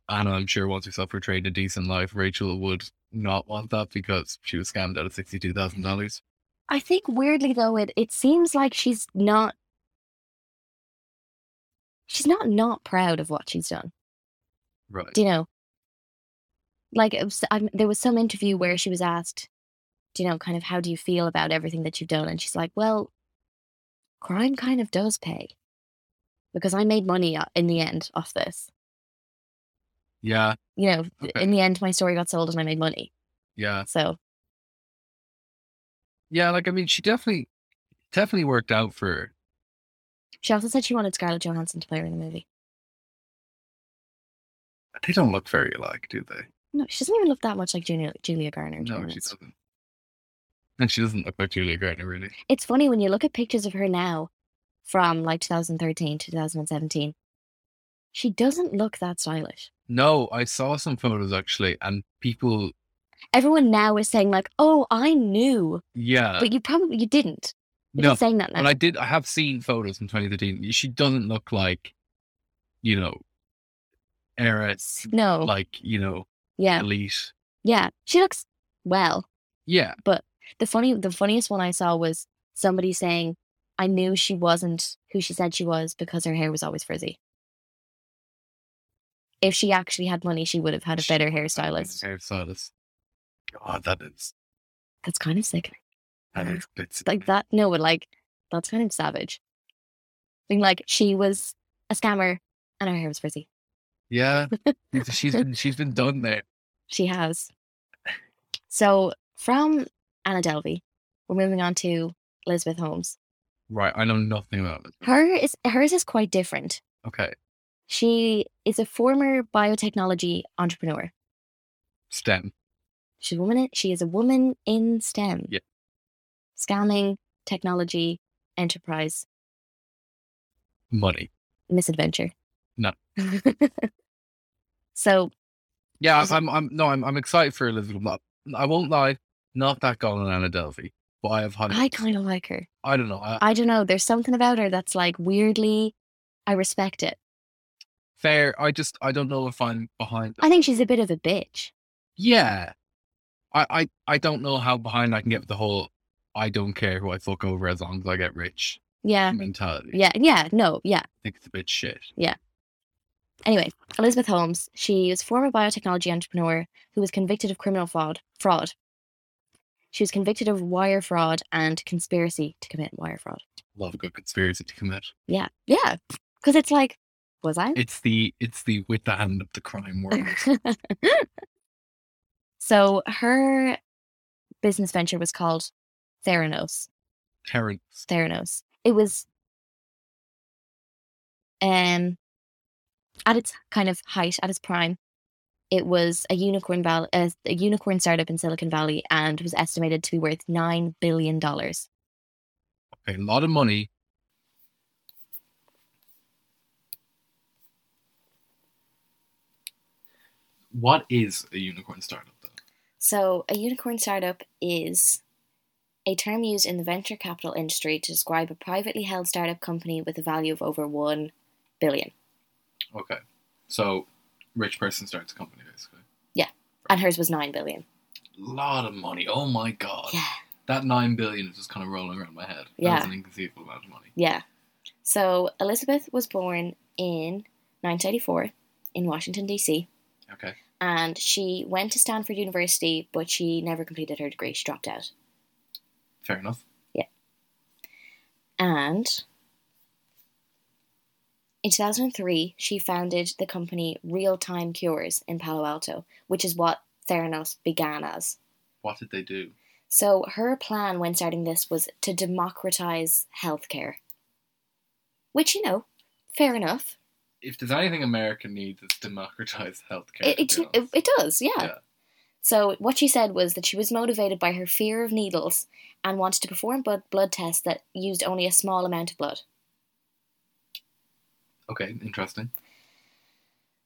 [SPEAKER 2] Anna, I'm sure, wants herself portrayed a decent life. Rachel would not want that because she was scammed out of sixty-two thousand dollars.
[SPEAKER 1] I think weirdly though, it it seems like she's not. She's not not proud of what she's done.
[SPEAKER 2] Right.
[SPEAKER 1] Do you know? Like it was, I'm, there was some interview where she was asked, do you know, kind of how do you feel about everything that you've done, and she's like, well, crime kind of does pay, because I made money uh, in the end off this.
[SPEAKER 2] yeah.
[SPEAKER 1] You know, th-
[SPEAKER 2] Okay. Uh
[SPEAKER 1] in the end, my story got sold and I made money.
[SPEAKER 2] Yeah.
[SPEAKER 1] So
[SPEAKER 2] Yeah. Like I mean, she definitely, definitely worked out for her.
[SPEAKER 1] she also said she wanted Scarlett Johansson to play her in the movie.
[SPEAKER 2] They don't look very alike, do they?
[SPEAKER 1] No, she doesn't even look that much like Julia, Julia Garner. to be
[SPEAKER 2] No, she
[SPEAKER 1] honest.
[SPEAKER 2] doesn't. And she doesn't look like Julia Gardner, really.
[SPEAKER 1] It's funny when you look at pictures of her now from like 2013 to 2017. She doesn't look that stylish.
[SPEAKER 2] No, I saw some photos actually, and people,
[SPEAKER 1] Everyone now is saying like, "Oh, I knew,"
[SPEAKER 2] yeah,
[SPEAKER 1] but you probably you didn't. You're
[SPEAKER 2] Uh no.
[SPEAKER 1] just saying that now.
[SPEAKER 2] But I did. I have seen photos from 2013. She doesn't look like, you know, heiress,
[SPEAKER 1] *laughs* no.
[SPEAKER 2] like you know,
[SPEAKER 1] yeah.
[SPEAKER 2] elite.
[SPEAKER 1] Yeah. She looks well.
[SPEAKER 2] Yeah,
[SPEAKER 1] The funny the funniest one I saw was somebody saying, "I knew she wasn't who she said she was because her hair was always frizzy." If she actually had money, she would have had a
[SPEAKER 2] She-
[SPEAKER 1] better
[SPEAKER 2] And
[SPEAKER 1] hairstylist.
[SPEAKER 2] hairstylist. God, that is
[SPEAKER 1] That's kind of sick.
[SPEAKER 2] that is it's
[SPEAKER 1] *laughs* like that no but like that's kind of savage being like she was a scammer and her hair was frizzy
[SPEAKER 2] Yeah, She's-
[SPEAKER 1] *laughs*
[SPEAKER 2] she's been she's been done there.
[SPEAKER 1] she has so from anna delvey we're moving on to elizabeth holmes
[SPEAKER 2] Right, I know nothing about it.
[SPEAKER 1] her is hers is quite different
[SPEAKER 2] Okay,
[SPEAKER 1] she is a former biotechnology entrepreneur
[SPEAKER 2] STEM.
[SPEAKER 1] she's a woman in- she is a woman in stem
[SPEAKER 2] Yeah.
[SPEAKER 1] scamming technology enterprise
[SPEAKER 2] Money.
[SPEAKER 1] misadventure
[SPEAKER 2] No.
[SPEAKER 1] *laughs* so
[SPEAKER 2] Yeah,
[SPEAKER 1] Is it-
[SPEAKER 2] I'm, I'm. No, I'm. I'm excited for Elizabeth. Love. I won't lie, not that gone on Anna Delvey, but I have. Hundreds.
[SPEAKER 1] i kind of like her
[SPEAKER 2] I don't know. I,
[SPEAKER 1] I don't know. There's something about her that's like weirdly, I respect it.
[SPEAKER 2] fair. I just. I don't know if I'm behind.
[SPEAKER 1] I think she's a bit of a bitch.
[SPEAKER 2] yeah, I, I. I don't know how behind I can get with the whole. I don't care who I fuck over as long as I get rich
[SPEAKER 1] Yeah.
[SPEAKER 2] mentality.
[SPEAKER 1] Yeah. Yeah. No. Yeah.
[SPEAKER 2] I think it's a bit shit.
[SPEAKER 1] Anyway, Elizabeth Holmes, she was a former biotechnology entrepreneur who was convicted of criminal fraud. Fraud. She was convicted of wire fraud and conspiracy to commit wire fraud.
[SPEAKER 2] Love a good conspiracy to commit.
[SPEAKER 1] Yeah. Yeah. Because it's like, was I?
[SPEAKER 2] It's the. It's the with the hand of the crime
[SPEAKER 1] *laughs*
[SPEAKER 2] world.
[SPEAKER 1] so her business venture was called Theranos.
[SPEAKER 2] Terrence.
[SPEAKER 1] Theranos. It was um at its kind of height, at its prime, it was a unicorn val- a, a unicorn startup in Silicon Valley and was estimated to be worth 9 billion dollars.
[SPEAKER 2] Okay, a lot of money. What is a unicorn startup though?
[SPEAKER 1] So, a unicorn startup is a term used in the venture capital industry to describe a privately held startup company with a value of over 1 billion.
[SPEAKER 2] Okay. So, rich person starts a company, basically.
[SPEAKER 1] And hers was 9 billion.
[SPEAKER 2] lot of money. Oh my god.
[SPEAKER 1] Yeah.
[SPEAKER 2] That nine billion is just kind of rolling around my head. That
[SPEAKER 1] Yeah.
[SPEAKER 2] is an inconceivable amount of money.
[SPEAKER 1] Yeah. So Elizabeth was born in 1984 in Washington, D.C.,
[SPEAKER 2] Okay.
[SPEAKER 1] and she went to Stanford University, but she never completed her degree. She dropped out.
[SPEAKER 2] Fair enough.
[SPEAKER 1] And In 2003, she founded the company Real Time Cures in Palo Alto, which is what Theranos began as.
[SPEAKER 2] What did they do?
[SPEAKER 1] So her plan when starting this was to democratize healthcare. Which, you know, fair enough.
[SPEAKER 2] If there's anything America needs, it's democratized healthcare.
[SPEAKER 1] It, it,
[SPEAKER 2] to be
[SPEAKER 1] it,
[SPEAKER 2] honest.
[SPEAKER 1] it does, yeah.
[SPEAKER 2] Yeah.
[SPEAKER 1] So what she said was that she was motivated by her fear of needles and wanted to perform blood, blood tests that used only a small amount of blood.
[SPEAKER 2] Okay, interesting.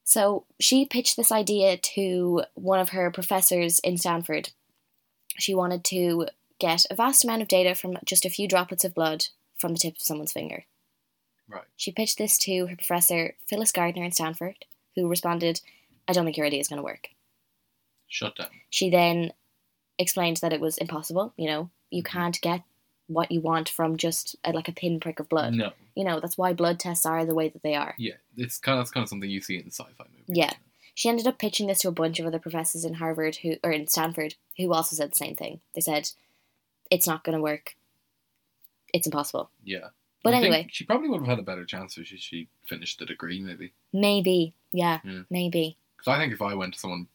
[SPEAKER 1] So she pitched this idea to one of her professors in Stanford. She wanted to get a vast amount of data from just a few droplets of blood from the tip of someone's finger.
[SPEAKER 2] Right.
[SPEAKER 1] She pitched this to her professor, Phyllis Gardner in Stanford, who responded, I don't think your idea is going to work.
[SPEAKER 2] Shut down.
[SPEAKER 1] She then explained that it was impossible, you know, you
[SPEAKER 2] Mhm.
[SPEAKER 1] can't get what you want from just a, like a pinprick of blood.
[SPEAKER 2] No.
[SPEAKER 1] You know, that's why blood tests are the way that they are.
[SPEAKER 2] Yeah, it's kind of, that's kind of something you see in sci-fi movies.
[SPEAKER 1] Yeah. She ended up pitching this to a bunch of other professors in Harvard who or in Stanford who also said the same thing. They said it's not going to work. It's impossible.
[SPEAKER 2] Yeah.
[SPEAKER 1] But
[SPEAKER 2] I think
[SPEAKER 1] anyway.
[SPEAKER 2] she probably would have had a better chance if she, she finished the degree, maybe.
[SPEAKER 1] Maybe. Yeah.
[SPEAKER 2] Yeah.
[SPEAKER 1] Maybe.
[SPEAKER 2] Because I think if I went to someone,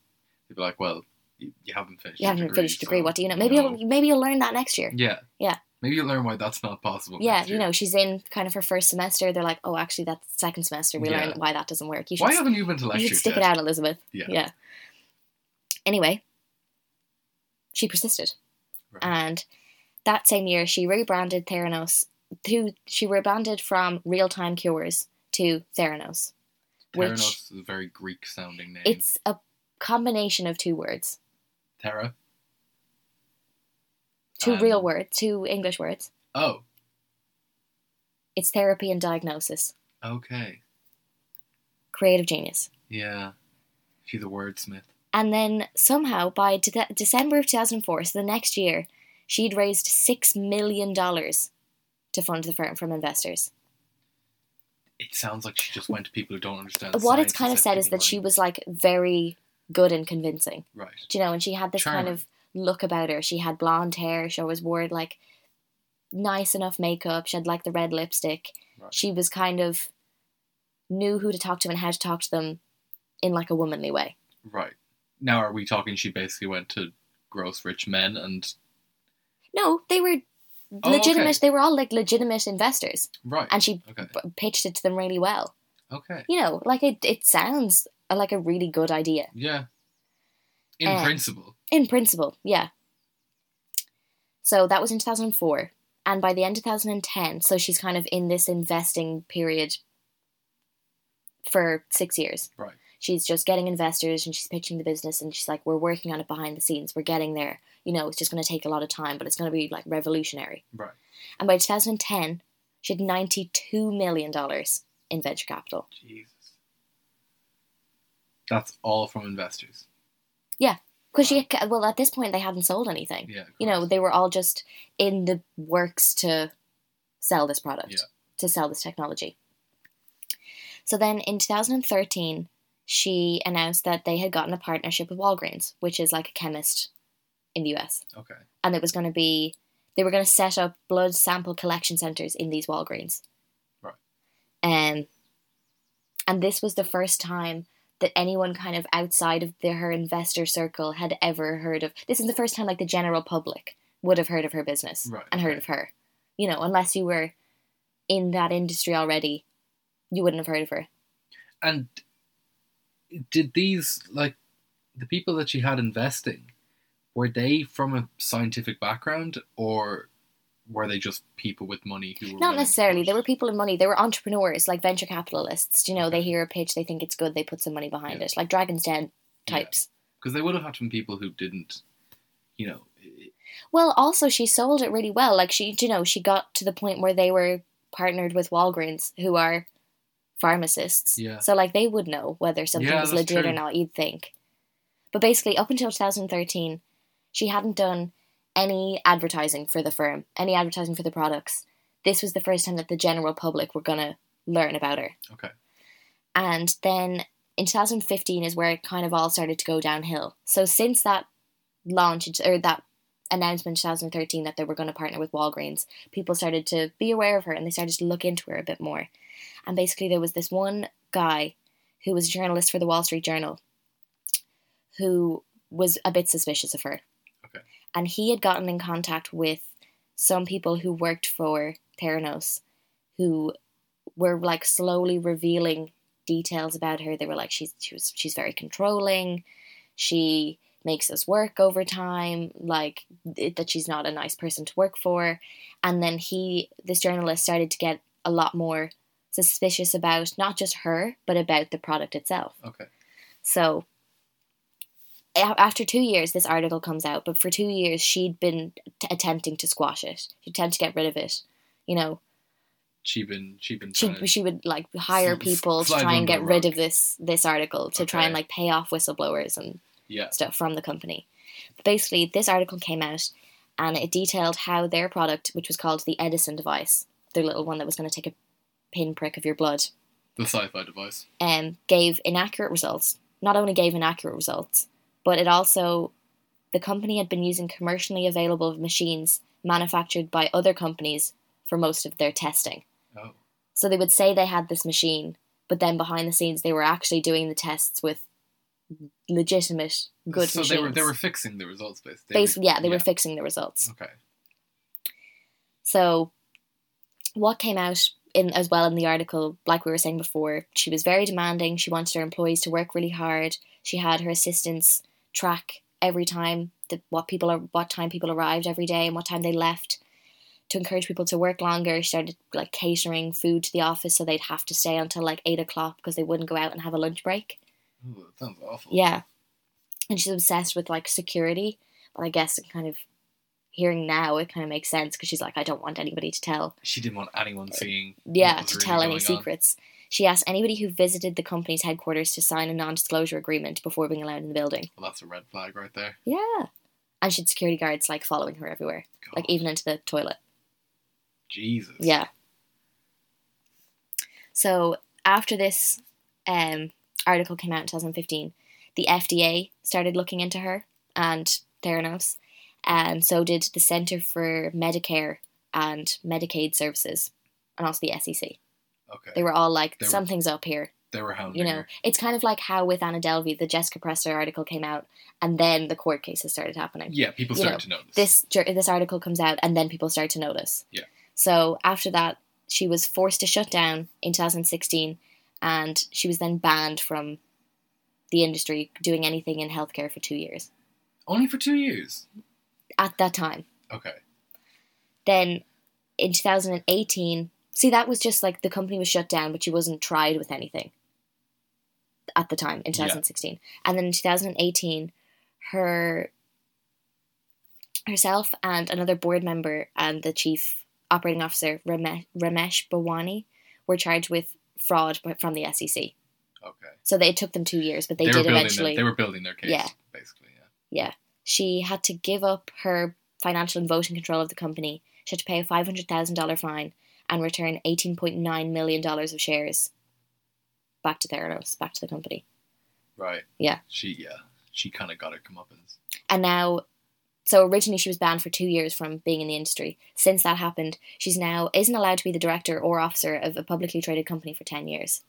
[SPEAKER 2] they'd be like, "Well, you, you haven't finished.
[SPEAKER 1] You
[SPEAKER 2] your
[SPEAKER 1] haven't
[SPEAKER 2] degree,
[SPEAKER 1] finished your degree.
[SPEAKER 2] so,
[SPEAKER 1] What do you know? Maybe
[SPEAKER 2] no."
[SPEAKER 1] you'll maybe you'll learn that next year.
[SPEAKER 2] Yeah.
[SPEAKER 1] Yeah.
[SPEAKER 2] Maybe you'll learn why that's not possible.
[SPEAKER 1] Yeah,
[SPEAKER 2] next
[SPEAKER 1] you
[SPEAKER 2] year.
[SPEAKER 1] know, she's in kind of her first semester. They're like, oh, actually, that's second semester. We
[SPEAKER 2] Yeah.
[SPEAKER 1] learn why that doesn't work. You should,
[SPEAKER 2] Why haven't you been to
[SPEAKER 1] you
[SPEAKER 2] lecture?
[SPEAKER 1] should stick it
[SPEAKER 2] yet?
[SPEAKER 1] out, Elizabeth.
[SPEAKER 2] Yeah.
[SPEAKER 1] yeah. Anyway, she persisted.
[SPEAKER 2] Right.
[SPEAKER 1] and that same year she rebranded Theranos to she rebranded from Real Time Cures to Theranos. which-
[SPEAKER 2] Theranos is a very Greek-sounding name.
[SPEAKER 1] It's a combination of two words,
[SPEAKER 2] Terra.
[SPEAKER 1] two
[SPEAKER 2] Um,
[SPEAKER 1] real words, two English words.
[SPEAKER 2] Oh,
[SPEAKER 1] It's therapy and diagnosis.
[SPEAKER 2] okay.
[SPEAKER 1] Creative genius.
[SPEAKER 2] Yeah. She's a wordsmith.
[SPEAKER 1] And then somehow by de- December of 2004, so the next year, she'd raised six million dollars to fund the firm from investors.
[SPEAKER 2] It sounds like she just went to people who don't understand.
[SPEAKER 1] what
[SPEAKER 2] science
[SPEAKER 1] it's kind
[SPEAKER 2] and
[SPEAKER 1] of said
[SPEAKER 2] "Give
[SPEAKER 1] is
[SPEAKER 2] me
[SPEAKER 1] that she
[SPEAKER 2] money."
[SPEAKER 1] was like very good and convincing.
[SPEAKER 2] right.
[SPEAKER 1] Do you know? And she had this
[SPEAKER 2] Charming.
[SPEAKER 1] kind of look about her. She had blonde hair. She always wore like nice enough makeup. She had like the red lipstick.
[SPEAKER 2] Right.
[SPEAKER 1] She was kind of knew who to talk to and how to talk to them in like a womanly way.
[SPEAKER 2] Right. Now, are we talking? She basically went to gross rich men and
[SPEAKER 1] No, they were
[SPEAKER 2] Oh,
[SPEAKER 1] legitimate.
[SPEAKER 2] okay.
[SPEAKER 1] They were all like legitimate investors,
[SPEAKER 2] right.
[SPEAKER 1] and she
[SPEAKER 2] okay.
[SPEAKER 1] p- pitched it to them really well.
[SPEAKER 2] Okay.
[SPEAKER 1] You know, like it. It sounds uh, like a really good idea
[SPEAKER 2] Yeah. In
[SPEAKER 1] Um,
[SPEAKER 2] principle.
[SPEAKER 1] in principle. Yeah. So that was in 2004. And by the end of 2010, so she's kind of in this investing period for six years.
[SPEAKER 2] Right.
[SPEAKER 1] She's just getting investors and she's pitching the business and she's like, we're working on it behind the scenes. We're getting there. You know, it's just going to take a lot of time, but it's going to be like revolutionary.
[SPEAKER 2] Right.
[SPEAKER 1] And by 2010, she had $92 million in venture capital.
[SPEAKER 2] Jesus. That's all from investors.
[SPEAKER 1] Because she, well, at this point, they hadn't sold anything.
[SPEAKER 2] Yeah. of
[SPEAKER 1] you know
[SPEAKER 2] course.
[SPEAKER 1] they were all just in the works to sell this product
[SPEAKER 2] Yeah.
[SPEAKER 1] to sell this technology so then in 2013 she announced that they had gotten a partnership with walgreens which is like a chemist in the us
[SPEAKER 2] Okay.
[SPEAKER 1] and it was going to be they were going to set up blood sample collection centers in these walgreens
[SPEAKER 2] Right.
[SPEAKER 1] um, and this was the first time that anyone kind of outside of the, her investor circle had ever heard of this is the first time like the general public would have heard of her business
[SPEAKER 2] Right,
[SPEAKER 1] and heard
[SPEAKER 2] okay.
[SPEAKER 1] of her you know unless you were in that industry already you wouldn't have heard of her
[SPEAKER 2] And did these like the people that she had investing were they from a scientific background or were they just people with money who were
[SPEAKER 1] Not
[SPEAKER 2] willing to
[SPEAKER 1] necessarily.
[SPEAKER 2] put-
[SPEAKER 1] They were people in money. They were entrepreneurs, like venture capitalists. You know, they
[SPEAKER 2] Okay.
[SPEAKER 1] hear a pitch, they think it's good, they put some money behind
[SPEAKER 2] Yeah.
[SPEAKER 1] it, like Dragon's Den
[SPEAKER 2] Yeah.
[SPEAKER 1] types.
[SPEAKER 2] because they would have had some people who didn't, you know,
[SPEAKER 1] Well, also she sold it really well. Like she, you know, she got to the point where they were partnered with Walgreens, who are pharmacists.
[SPEAKER 2] Yeah.
[SPEAKER 1] So like they would know whether something
[SPEAKER 2] Yeah,
[SPEAKER 1] was
[SPEAKER 2] that's
[SPEAKER 1] legit or
[SPEAKER 2] true.
[SPEAKER 1] not. You'd think. But basically, up until 2013, she hadn't done any advertising for the firm, any advertising for the products. This was the first time that the general public were gonna learn about her.
[SPEAKER 2] okay,
[SPEAKER 1] and then in 2015 is where it kind of all started to go downhill. So since that launch or that announcement 2013 that they were going to partner with Walgreens, people started to be aware of her and they started to look into her a bit more. And basically, there was this one guy who was a journalist for the Wall Street Journal who was a bit suspicious of her.
[SPEAKER 2] Okay.
[SPEAKER 1] And he had gotten in contact with some people who worked for Theranos who were like slowly revealing details about her. They were like, she's she was she's very controlling. She makes us work overtime. Like th- that, she's not a nice person to work for. And then he, this journalist, started to get a lot more suspicious about not just her, but about the product itself.
[SPEAKER 2] Okay.
[SPEAKER 1] So a- after two years, this article comes out, but for two years, she'd been t- attempting to squash it. She'd attempt to get rid of it. You know,
[SPEAKER 2] She'd been, she'd been
[SPEAKER 1] she
[SPEAKER 2] trying to-
[SPEAKER 1] she would like hire
[SPEAKER 2] F-
[SPEAKER 1] people to
[SPEAKER 2] fly
[SPEAKER 1] try and
[SPEAKER 2] under
[SPEAKER 1] get
[SPEAKER 2] the
[SPEAKER 1] rid
[SPEAKER 2] rug.
[SPEAKER 1] of this this article to try and
[SPEAKER 2] Okay.
[SPEAKER 1] like pay off whistleblowers and
[SPEAKER 2] yeah.
[SPEAKER 1] stuff from the company. But basically, this article came out and it detailed how their product, which was called the Edison device, their little one that was going to take a pinprick of your blood,
[SPEAKER 2] The sci fi device.
[SPEAKER 1] um, gave inaccurate results. Not only gave inaccurate results, but it also, the company had been using commercially available machines manufactured by other companies for most of their testing.
[SPEAKER 2] Oh.
[SPEAKER 1] So they would say they had this machine, but then behind the scenes they were actually doing the tests with legitimate good
[SPEAKER 2] so
[SPEAKER 1] machines.
[SPEAKER 2] they were they were fixing the results basically.
[SPEAKER 1] Basically, yeah, they were fixing the results.
[SPEAKER 2] Okay.
[SPEAKER 1] So what came out in as well in the article, like we were saying before, she was very demanding. She wanted her employees to work really hard. She had her assistants track every time that what people are what time people arrived every day and what time they left to encourage people to work longer. She started like catering food to the office so they'd have to stay until like eight o'clock because they wouldn't go out and have a lunch break.
[SPEAKER 2] Ooh, that sounds awful.
[SPEAKER 1] Yeah. And she's obsessed with like security. But I guess it kind of hearing now it kind of makes sense because she's like, I don't want anybody to tell
[SPEAKER 2] She didn't want anyone seeing. what
[SPEAKER 1] yeah,
[SPEAKER 2] was
[SPEAKER 1] to
[SPEAKER 2] really
[SPEAKER 1] tell any
[SPEAKER 2] going on.
[SPEAKER 1] secrets. She asked anybody who visited the company's headquarters to sign a non disclosure agreement before being allowed in the building.
[SPEAKER 2] Well, that's a red flag right there.
[SPEAKER 1] Yeah. And she had security guards like following her everywhere,
[SPEAKER 2] God,
[SPEAKER 1] like even into the toilet.
[SPEAKER 2] Jesus.
[SPEAKER 1] Yeah. So after this um, article came out in 2015, the FDA started looking into her and Theranos, and so did the Center for Medicare and Medicaid Services, and also the SEC.
[SPEAKER 2] Okay.
[SPEAKER 1] They were all like,
[SPEAKER 2] They were-
[SPEAKER 1] something's up here.
[SPEAKER 2] They were hounding
[SPEAKER 1] you know,
[SPEAKER 2] her.
[SPEAKER 1] it's kind of like how with Anna Delvey, the Jessica Presser article came out, and then the court cases started happening.
[SPEAKER 2] Yeah, people
[SPEAKER 1] you
[SPEAKER 2] started to notice.
[SPEAKER 1] This jur- this article comes out, and then people start to notice.
[SPEAKER 2] Yeah.
[SPEAKER 1] So after that, she was forced to shut down in 2016, and she was then banned from the industry doing anything in healthcare for two years.
[SPEAKER 2] Only for two years.
[SPEAKER 1] At that time,
[SPEAKER 2] Okay.
[SPEAKER 1] then in 2018, see that was just like the company was shut down, but she wasn't tried with anything at the time in
[SPEAKER 2] Yeah.
[SPEAKER 1] 2016. And then in 2018, her herself and another board member and the chief operating officer Ramesh, Ramesh Bawani were charged with fraud b- from the SEC.
[SPEAKER 2] Okay.
[SPEAKER 1] So they it took them two years, but they,
[SPEAKER 2] were
[SPEAKER 1] did
[SPEAKER 2] building
[SPEAKER 1] eventually.
[SPEAKER 2] Their, they were building their case.
[SPEAKER 1] Yeah.
[SPEAKER 2] Basically. Yeah.
[SPEAKER 1] she had to give up her financial and voting control of the company. She had to pay a five hundred thousand dollar fine and return eighteen point nine million dollars of shares back to Theranos, back to the company.
[SPEAKER 2] Right.
[SPEAKER 1] Yeah.
[SPEAKER 2] She yeah. She kind of got her comeuppance.
[SPEAKER 1] And now, so originally she was banned for two years from being in the industry. Since that happened, she's now isn't allowed to be the director or officer of a publicly traded company for ten years.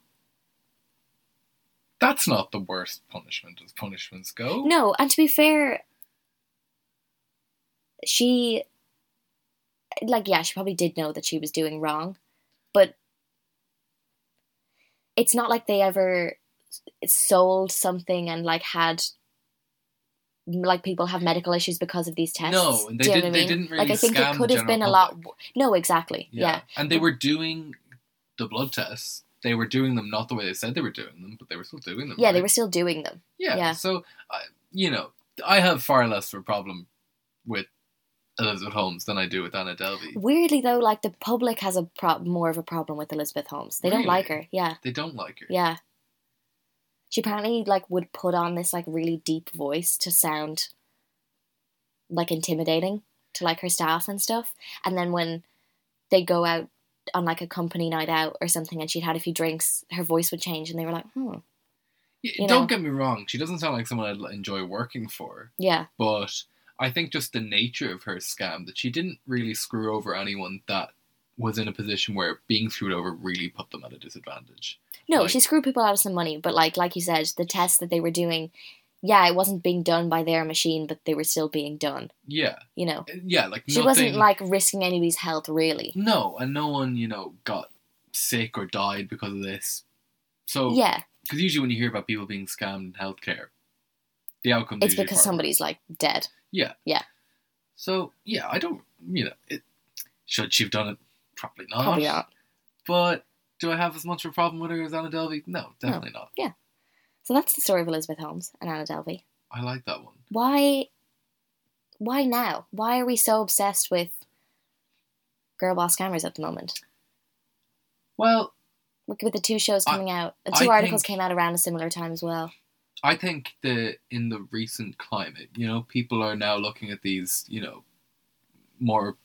[SPEAKER 2] That's not the worst punishment as punishments go.
[SPEAKER 1] No, and to be fair, she, like, yeah, she probably did know that she was doing wrong, but it's not like they ever sold something and, like, had. Like people have medical issues because of these tests.
[SPEAKER 2] No, and they
[SPEAKER 1] Do you know
[SPEAKER 2] didn't-
[SPEAKER 1] what I
[SPEAKER 2] they
[SPEAKER 1] mean?
[SPEAKER 2] didn't really
[SPEAKER 1] Like I think
[SPEAKER 2] scam
[SPEAKER 1] it
[SPEAKER 2] the
[SPEAKER 1] could have been a
[SPEAKER 2] general
[SPEAKER 1] lot.
[SPEAKER 2] public.
[SPEAKER 1] w- No, exactly.
[SPEAKER 2] Yeah.
[SPEAKER 1] Yeah,
[SPEAKER 2] And they were doing the blood tests. They were doing them not the way they said they were doing them, but they were still doing them.
[SPEAKER 1] yeah, they
[SPEAKER 2] right?
[SPEAKER 1] were still doing them.
[SPEAKER 2] Yeah.
[SPEAKER 1] yeah.
[SPEAKER 2] So, I you know, I have far less of a problem with Elizabeth Holmes than I do with Anna Delvey.
[SPEAKER 1] Weirdly though, like the public has a pro- more of a problem with Elizabeth Holmes. They don't
[SPEAKER 2] Really?
[SPEAKER 1] like her. Yeah.
[SPEAKER 2] They don't like her.
[SPEAKER 1] Yeah. She apparently like would put on this like really deep voice to sound like intimidating to like her staff and stuff. And then when they go out on like a company night out or something and she'd had a few drinks, her voice would change and they were like, hmm,
[SPEAKER 2] Y-
[SPEAKER 1] You
[SPEAKER 2] don't
[SPEAKER 1] know.
[SPEAKER 2] get me wrong. She doesn't sound like someone I'd l- enjoy working for,
[SPEAKER 1] yeah,
[SPEAKER 2] but I think just the nature of her scam that she didn't really screw over anyone that was in a position where being screwed over really put them at a disadvantage.
[SPEAKER 1] No,
[SPEAKER 2] Like-
[SPEAKER 1] she screwed people out of some money, but like like you said, the tests that they were doing, yeah, it wasn't being done by their machine, but they were still being done.
[SPEAKER 2] Yeah,
[SPEAKER 1] You know,
[SPEAKER 2] yeah, like
[SPEAKER 1] she
[SPEAKER 2] nothing.
[SPEAKER 1] wasn't like risking anybody's health really.
[SPEAKER 2] no, and no one you know got sick or died because of this. So
[SPEAKER 1] Yeah,
[SPEAKER 2] because usually when you hear about people being scammed in healthcare, the outcome
[SPEAKER 1] it's because somebody's like dead.
[SPEAKER 2] So yeah, I don't. You know, it, should she have done it? Probably not.
[SPEAKER 1] Probably not.
[SPEAKER 2] But do I have as much of a problem with her as Anna Delvey? No, definitely not.
[SPEAKER 1] So that's the story of Elizabeth Holmes and Anna Delvey.
[SPEAKER 2] I like that one.
[SPEAKER 1] Why? Why now? Why are we so obsessed with girl boss scammers at the moment?
[SPEAKER 2] Well,
[SPEAKER 1] With with the two shows
[SPEAKER 2] I-
[SPEAKER 1] coming out, the
[SPEAKER 2] I
[SPEAKER 1] two articles
[SPEAKER 2] think-
[SPEAKER 1] came out around a similar time as well.
[SPEAKER 2] I think the in the recent climate, you know, people are now looking at these, you know, more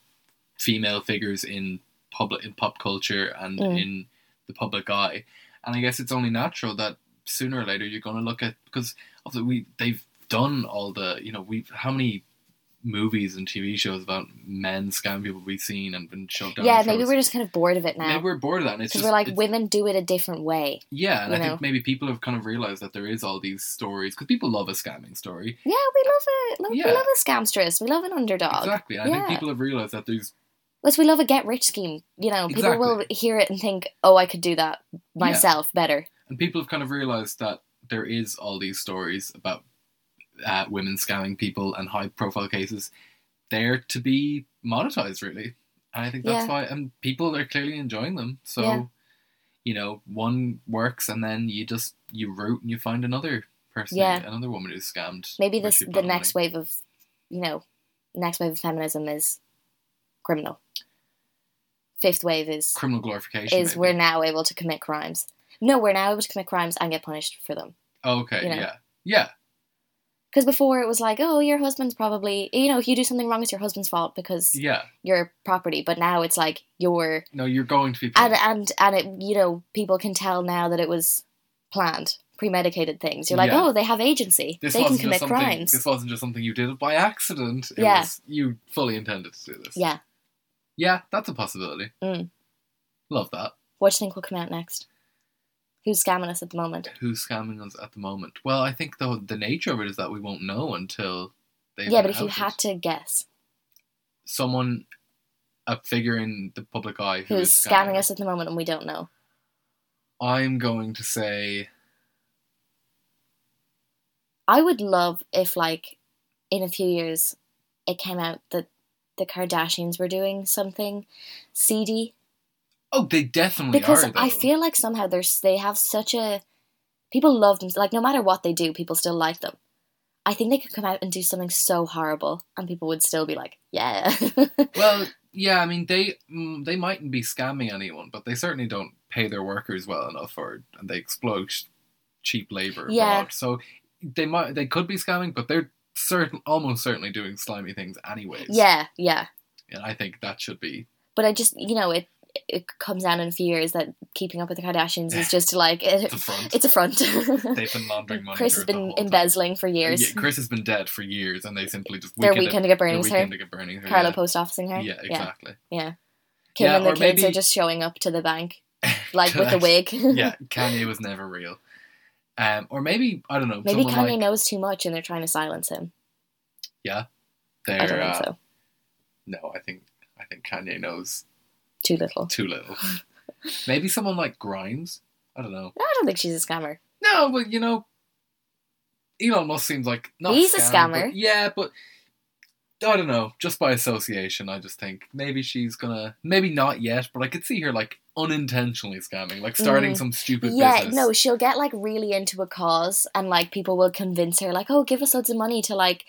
[SPEAKER 2] female figures in public in pop culture and
[SPEAKER 1] Mm.
[SPEAKER 2] in the public eye, and I guess it's only natural that sooner or later you're going to look at because obviously we they've done all the you know we how many movies and TV shows about men scam people we've seen and been shoved down.
[SPEAKER 1] yeah,
[SPEAKER 2] our
[SPEAKER 1] maybe
[SPEAKER 2] throats.
[SPEAKER 1] we're just kind of bored of it now
[SPEAKER 2] Maybe we're bored of that. and it's
[SPEAKER 1] because
[SPEAKER 2] just
[SPEAKER 1] we're like
[SPEAKER 2] it's-
[SPEAKER 1] women do it a different way.
[SPEAKER 2] Yeah, and
[SPEAKER 1] you
[SPEAKER 2] I
[SPEAKER 1] know.
[SPEAKER 2] think maybe people have kind of realized that there is all these stories because people love a scamming story.
[SPEAKER 1] Yeah, we love it. Lo-
[SPEAKER 2] Yeah.
[SPEAKER 1] We love a scamstress. We love an underdog.
[SPEAKER 2] Exactly. and I
[SPEAKER 1] Yeah.
[SPEAKER 2] think people have realized that there's
[SPEAKER 1] Plus, we love a get rich scheme. You know, people will
[SPEAKER 2] Exactly.
[SPEAKER 1] hear it and think, "Oh, I could do that myself better."
[SPEAKER 2] and people have kind of realized that there is all these stories about uh, women scamming people and high profile cases. They're to be monetized, really. And I think that's
[SPEAKER 1] Yeah.
[SPEAKER 2] why, and people are clearly enjoying them. So,
[SPEAKER 1] Yeah.
[SPEAKER 2] you know, one works, and then you just you root and you find another person,
[SPEAKER 1] Yeah.
[SPEAKER 2] another woman who's scammed.
[SPEAKER 1] Maybe
[SPEAKER 2] where
[SPEAKER 1] this
[SPEAKER 2] she
[SPEAKER 1] the
[SPEAKER 2] put money.
[SPEAKER 1] next wave of, you know, next wave of feminism is criminal. Fifth wave is
[SPEAKER 2] criminal glorification
[SPEAKER 1] is
[SPEAKER 2] maybe.
[SPEAKER 1] we're now able to commit crimes. No, we're now able to commit crimes and get punished for them.
[SPEAKER 2] Oh, okay,
[SPEAKER 1] you know.
[SPEAKER 2] yeah, yeah.
[SPEAKER 1] Because before it was like, oh, your husband's probably, you know, if you do something wrong, it's your husband's fault because
[SPEAKER 2] Yeah.
[SPEAKER 1] your property. But now it's like your
[SPEAKER 2] No, you're going to be.
[SPEAKER 1] and and and it, you know, people can tell now that it was planned, premedicated things. You're like,
[SPEAKER 2] Yeah.
[SPEAKER 1] oh, they have agency.
[SPEAKER 2] this
[SPEAKER 1] they can
[SPEAKER 2] wasn't just
[SPEAKER 1] commit
[SPEAKER 2] something.
[SPEAKER 1] crimes.
[SPEAKER 2] This wasn't just something you did by accident. It
[SPEAKER 1] Yeah.
[SPEAKER 2] was you fully intended to do this.
[SPEAKER 1] Yeah.
[SPEAKER 2] Yeah, that's a possibility.
[SPEAKER 1] Mm.
[SPEAKER 2] Love that.
[SPEAKER 1] What do you think will come out next? Who's scamming us at the moment?
[SPEAKER 2] Who's scamming us at the moment? Well, I think the the nature of it is that we won't know until they.
[SPEAKER 1] yeah, but if you had to guess
[SPEAKER 2] someone, a figure in the public eye who
[SPEAKER 1] who's
[SPEAKER 2] is
[SPEAKER 1] scamming us at the moment and we don't know,
[SPEAKER 2] I'm going to say
[SPEAKER 1] I would love if, like, in a few years, it came out that the Kardashians were doing something seedy
[SPEAKER 2] oh they definitely
[SPEAKER 1] because
[SPEAKER 2] are though.
[SPEAKER 1] I feel like somehow they're they have such a people love them like no matter what they do, people still like them. I think they could come out and do something so horrible, and people would still be like, "Yeah." *laughs*
[SPEAKER 2] well yeah I mean they mm, they mightn't be scamming anyone but they certainly don't pay their workers well enough or and they exploit sh- cheap labor
[SPEAKER 1] Yeah.
[SPEAKER 2] abroad. so they might they could be scamming but they're certain almost certainly doing slimy things anyways
[SPEAKER 1] yeah, yeah.
[SPEAKER 2] and I think that should be
[SPEAKER 1] but I just you know it it comes down in a few years that keeping up with the Kardashians
[SPEAKER 2] *laughs*
[SPEAKER 1] is just like
[SPEAKER 2] the
[SPEAKER 1] *laughs*
[SPEAKER 2] front
[SPEAKER 1] it's a front.
[SPEAKER 2] they've been
[SPEAKER 1] *laughs*
[SPEAKER 2] laundering money
[SPEAKER 1] Chris has
[SPEAKER 2] throughout the
[SPEAKER 1] been
[SPEAKER 2] whole time. Uh,
[SPEAKER 1] embezzling for years.
[SPEAKER 2] Yeah, Chris has been dead for years, and they simply just
[SPEAKER 1] Their
[SPEAKER 2] weekended-
[SPEAKER 1] weekend to get
[SPEAKER 2] their
[SPEAKER 1] Bernie's her.
[SPEAKER 2] weekend to get burning her.
[SPEAKER 1] Carlo
[SPEAKER 2] yeah.
[SPEAKER 1] post officing her.
[SPEAKER 2] Yeah,
[SPEAKER 1] *laughs*
[SPEAKER 2] exactly.
[SPEAKER 1] Kim
[SPEAKER 2] Yeah,
[SPEAKER 1] and the
[SPEAKER 2] or
[SPEAKER 1] kids are
[SPEAKER 2] maybe-
[SPEAKER 1] just showing up to the
[SPEAKER 2] *laughs*
[SPEAKER 1] bank like with a wig.
[SPEAKER 2] Correct. *laughs* Yeah, Kanye was never real. Um, or maybe I don't know.
[SPEAKER 1] Maybe
[SPEAKER 2] someone
[SPEAKER 1] Kanye
[SPEAKER 2] like
[SPEAKER 1] knows too much and they're trying to silence him.
[SPEAKER 2] their,
[SPEAKER 1] I don't think
[SPEAKER 2] uh,
[SPEAKER 1] so.
[SPEAKER 2] No, I think I think Kanye knows
[SPEAKER 1] Too little.
[SPEAKER 2] too little. maybe someone like Grimes. I don't know.
[SPEAKER 1] No, I don't think she's a scammer.
[SPEAKER 2] No, but you know, Elon Musk seems like not
[SPEAKER 1] He's a
[SPEAKER 2] scam,
[SPEAKER 1] scammer.
[SPEAKER 2] but- yeah, but I don't know. Just by association, I just think maybe she's gonna. Maybe not yet, but I could see her like unintentionally scamming, like starting
[SPEAKER 1] Mm.
[SPEAKER 2] some stupid
[SPEAKER 1] Yeah,
[SPEAKER 2] business.
[SPEAKER 1] no, she'll get like really into a cause and like people will convince her like, "Oh, give us loads of money to like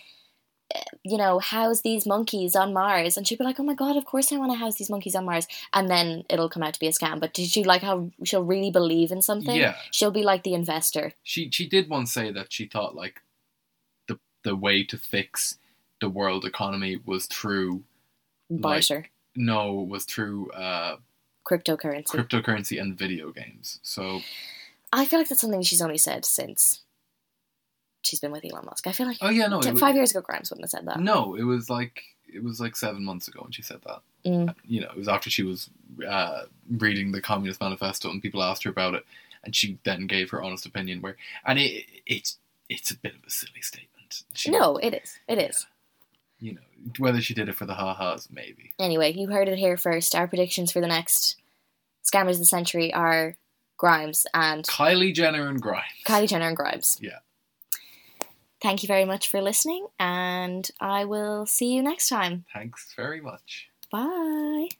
[SPEAKER 1] eh, you know, house these monkeys on Mars." And she'll be like, "Oh my god, of course I want to house these monkeys on Mars." And then it'll come out to be a scam, but she like how she'll really believe in something.
[SPEAKER 2] Yeah.
[SPEAKER 1] She'll be like the investor.
[SPEAKER 2] She she did once say that she thought like the the way to fix the world economy was through
[SPEAKER 1] barter,
[SPEAKER 2] no was through uh,
[SPEAKER 1] cryptocurrency.
[SPEAKER 2] cryptocurrency and video games. So
[SPEAKER 1] I feel like that's something she's only said since she's been with Elon Musk. I feel like
[SPEAKER 2] Oh yeah, no, it
[SPEAKER 1] ten-
[SPEAKER 2] was,
[SPEAKER 1] five years ago, Grimes wouldn't have said that.
[SPEAKER 2] no, it was like it was like seven months ago when she said that.
[SPEAKER 1] Mm.
[SPEAKER 2] You know, it was after she was uh, reading the Communist Manifesto and people asked her about it, and she then gave her honest opinion. Where and it it's it's a bit of a silly statement. She-
[SPEAKER 1] No, it is. It is.
[SPEAKER 2] you know whether she did it for the ha ha's, maybe.
[SPEAKER 1] Anyway, you heard it here first. Our predictions for the next scammers of the century are Grimes and
[SPEAKER 2] Kylie Jenner and Grimes.
[SPEAKER 1] Kylie Jenner and Grimes.
[SPEAKER 2] Yeah.
[SPEAKER 1] Thank you very much for listening, and I will see you next time.
[SPEAKER 2] Thanks very much.
[SPEAKER 1] Bye.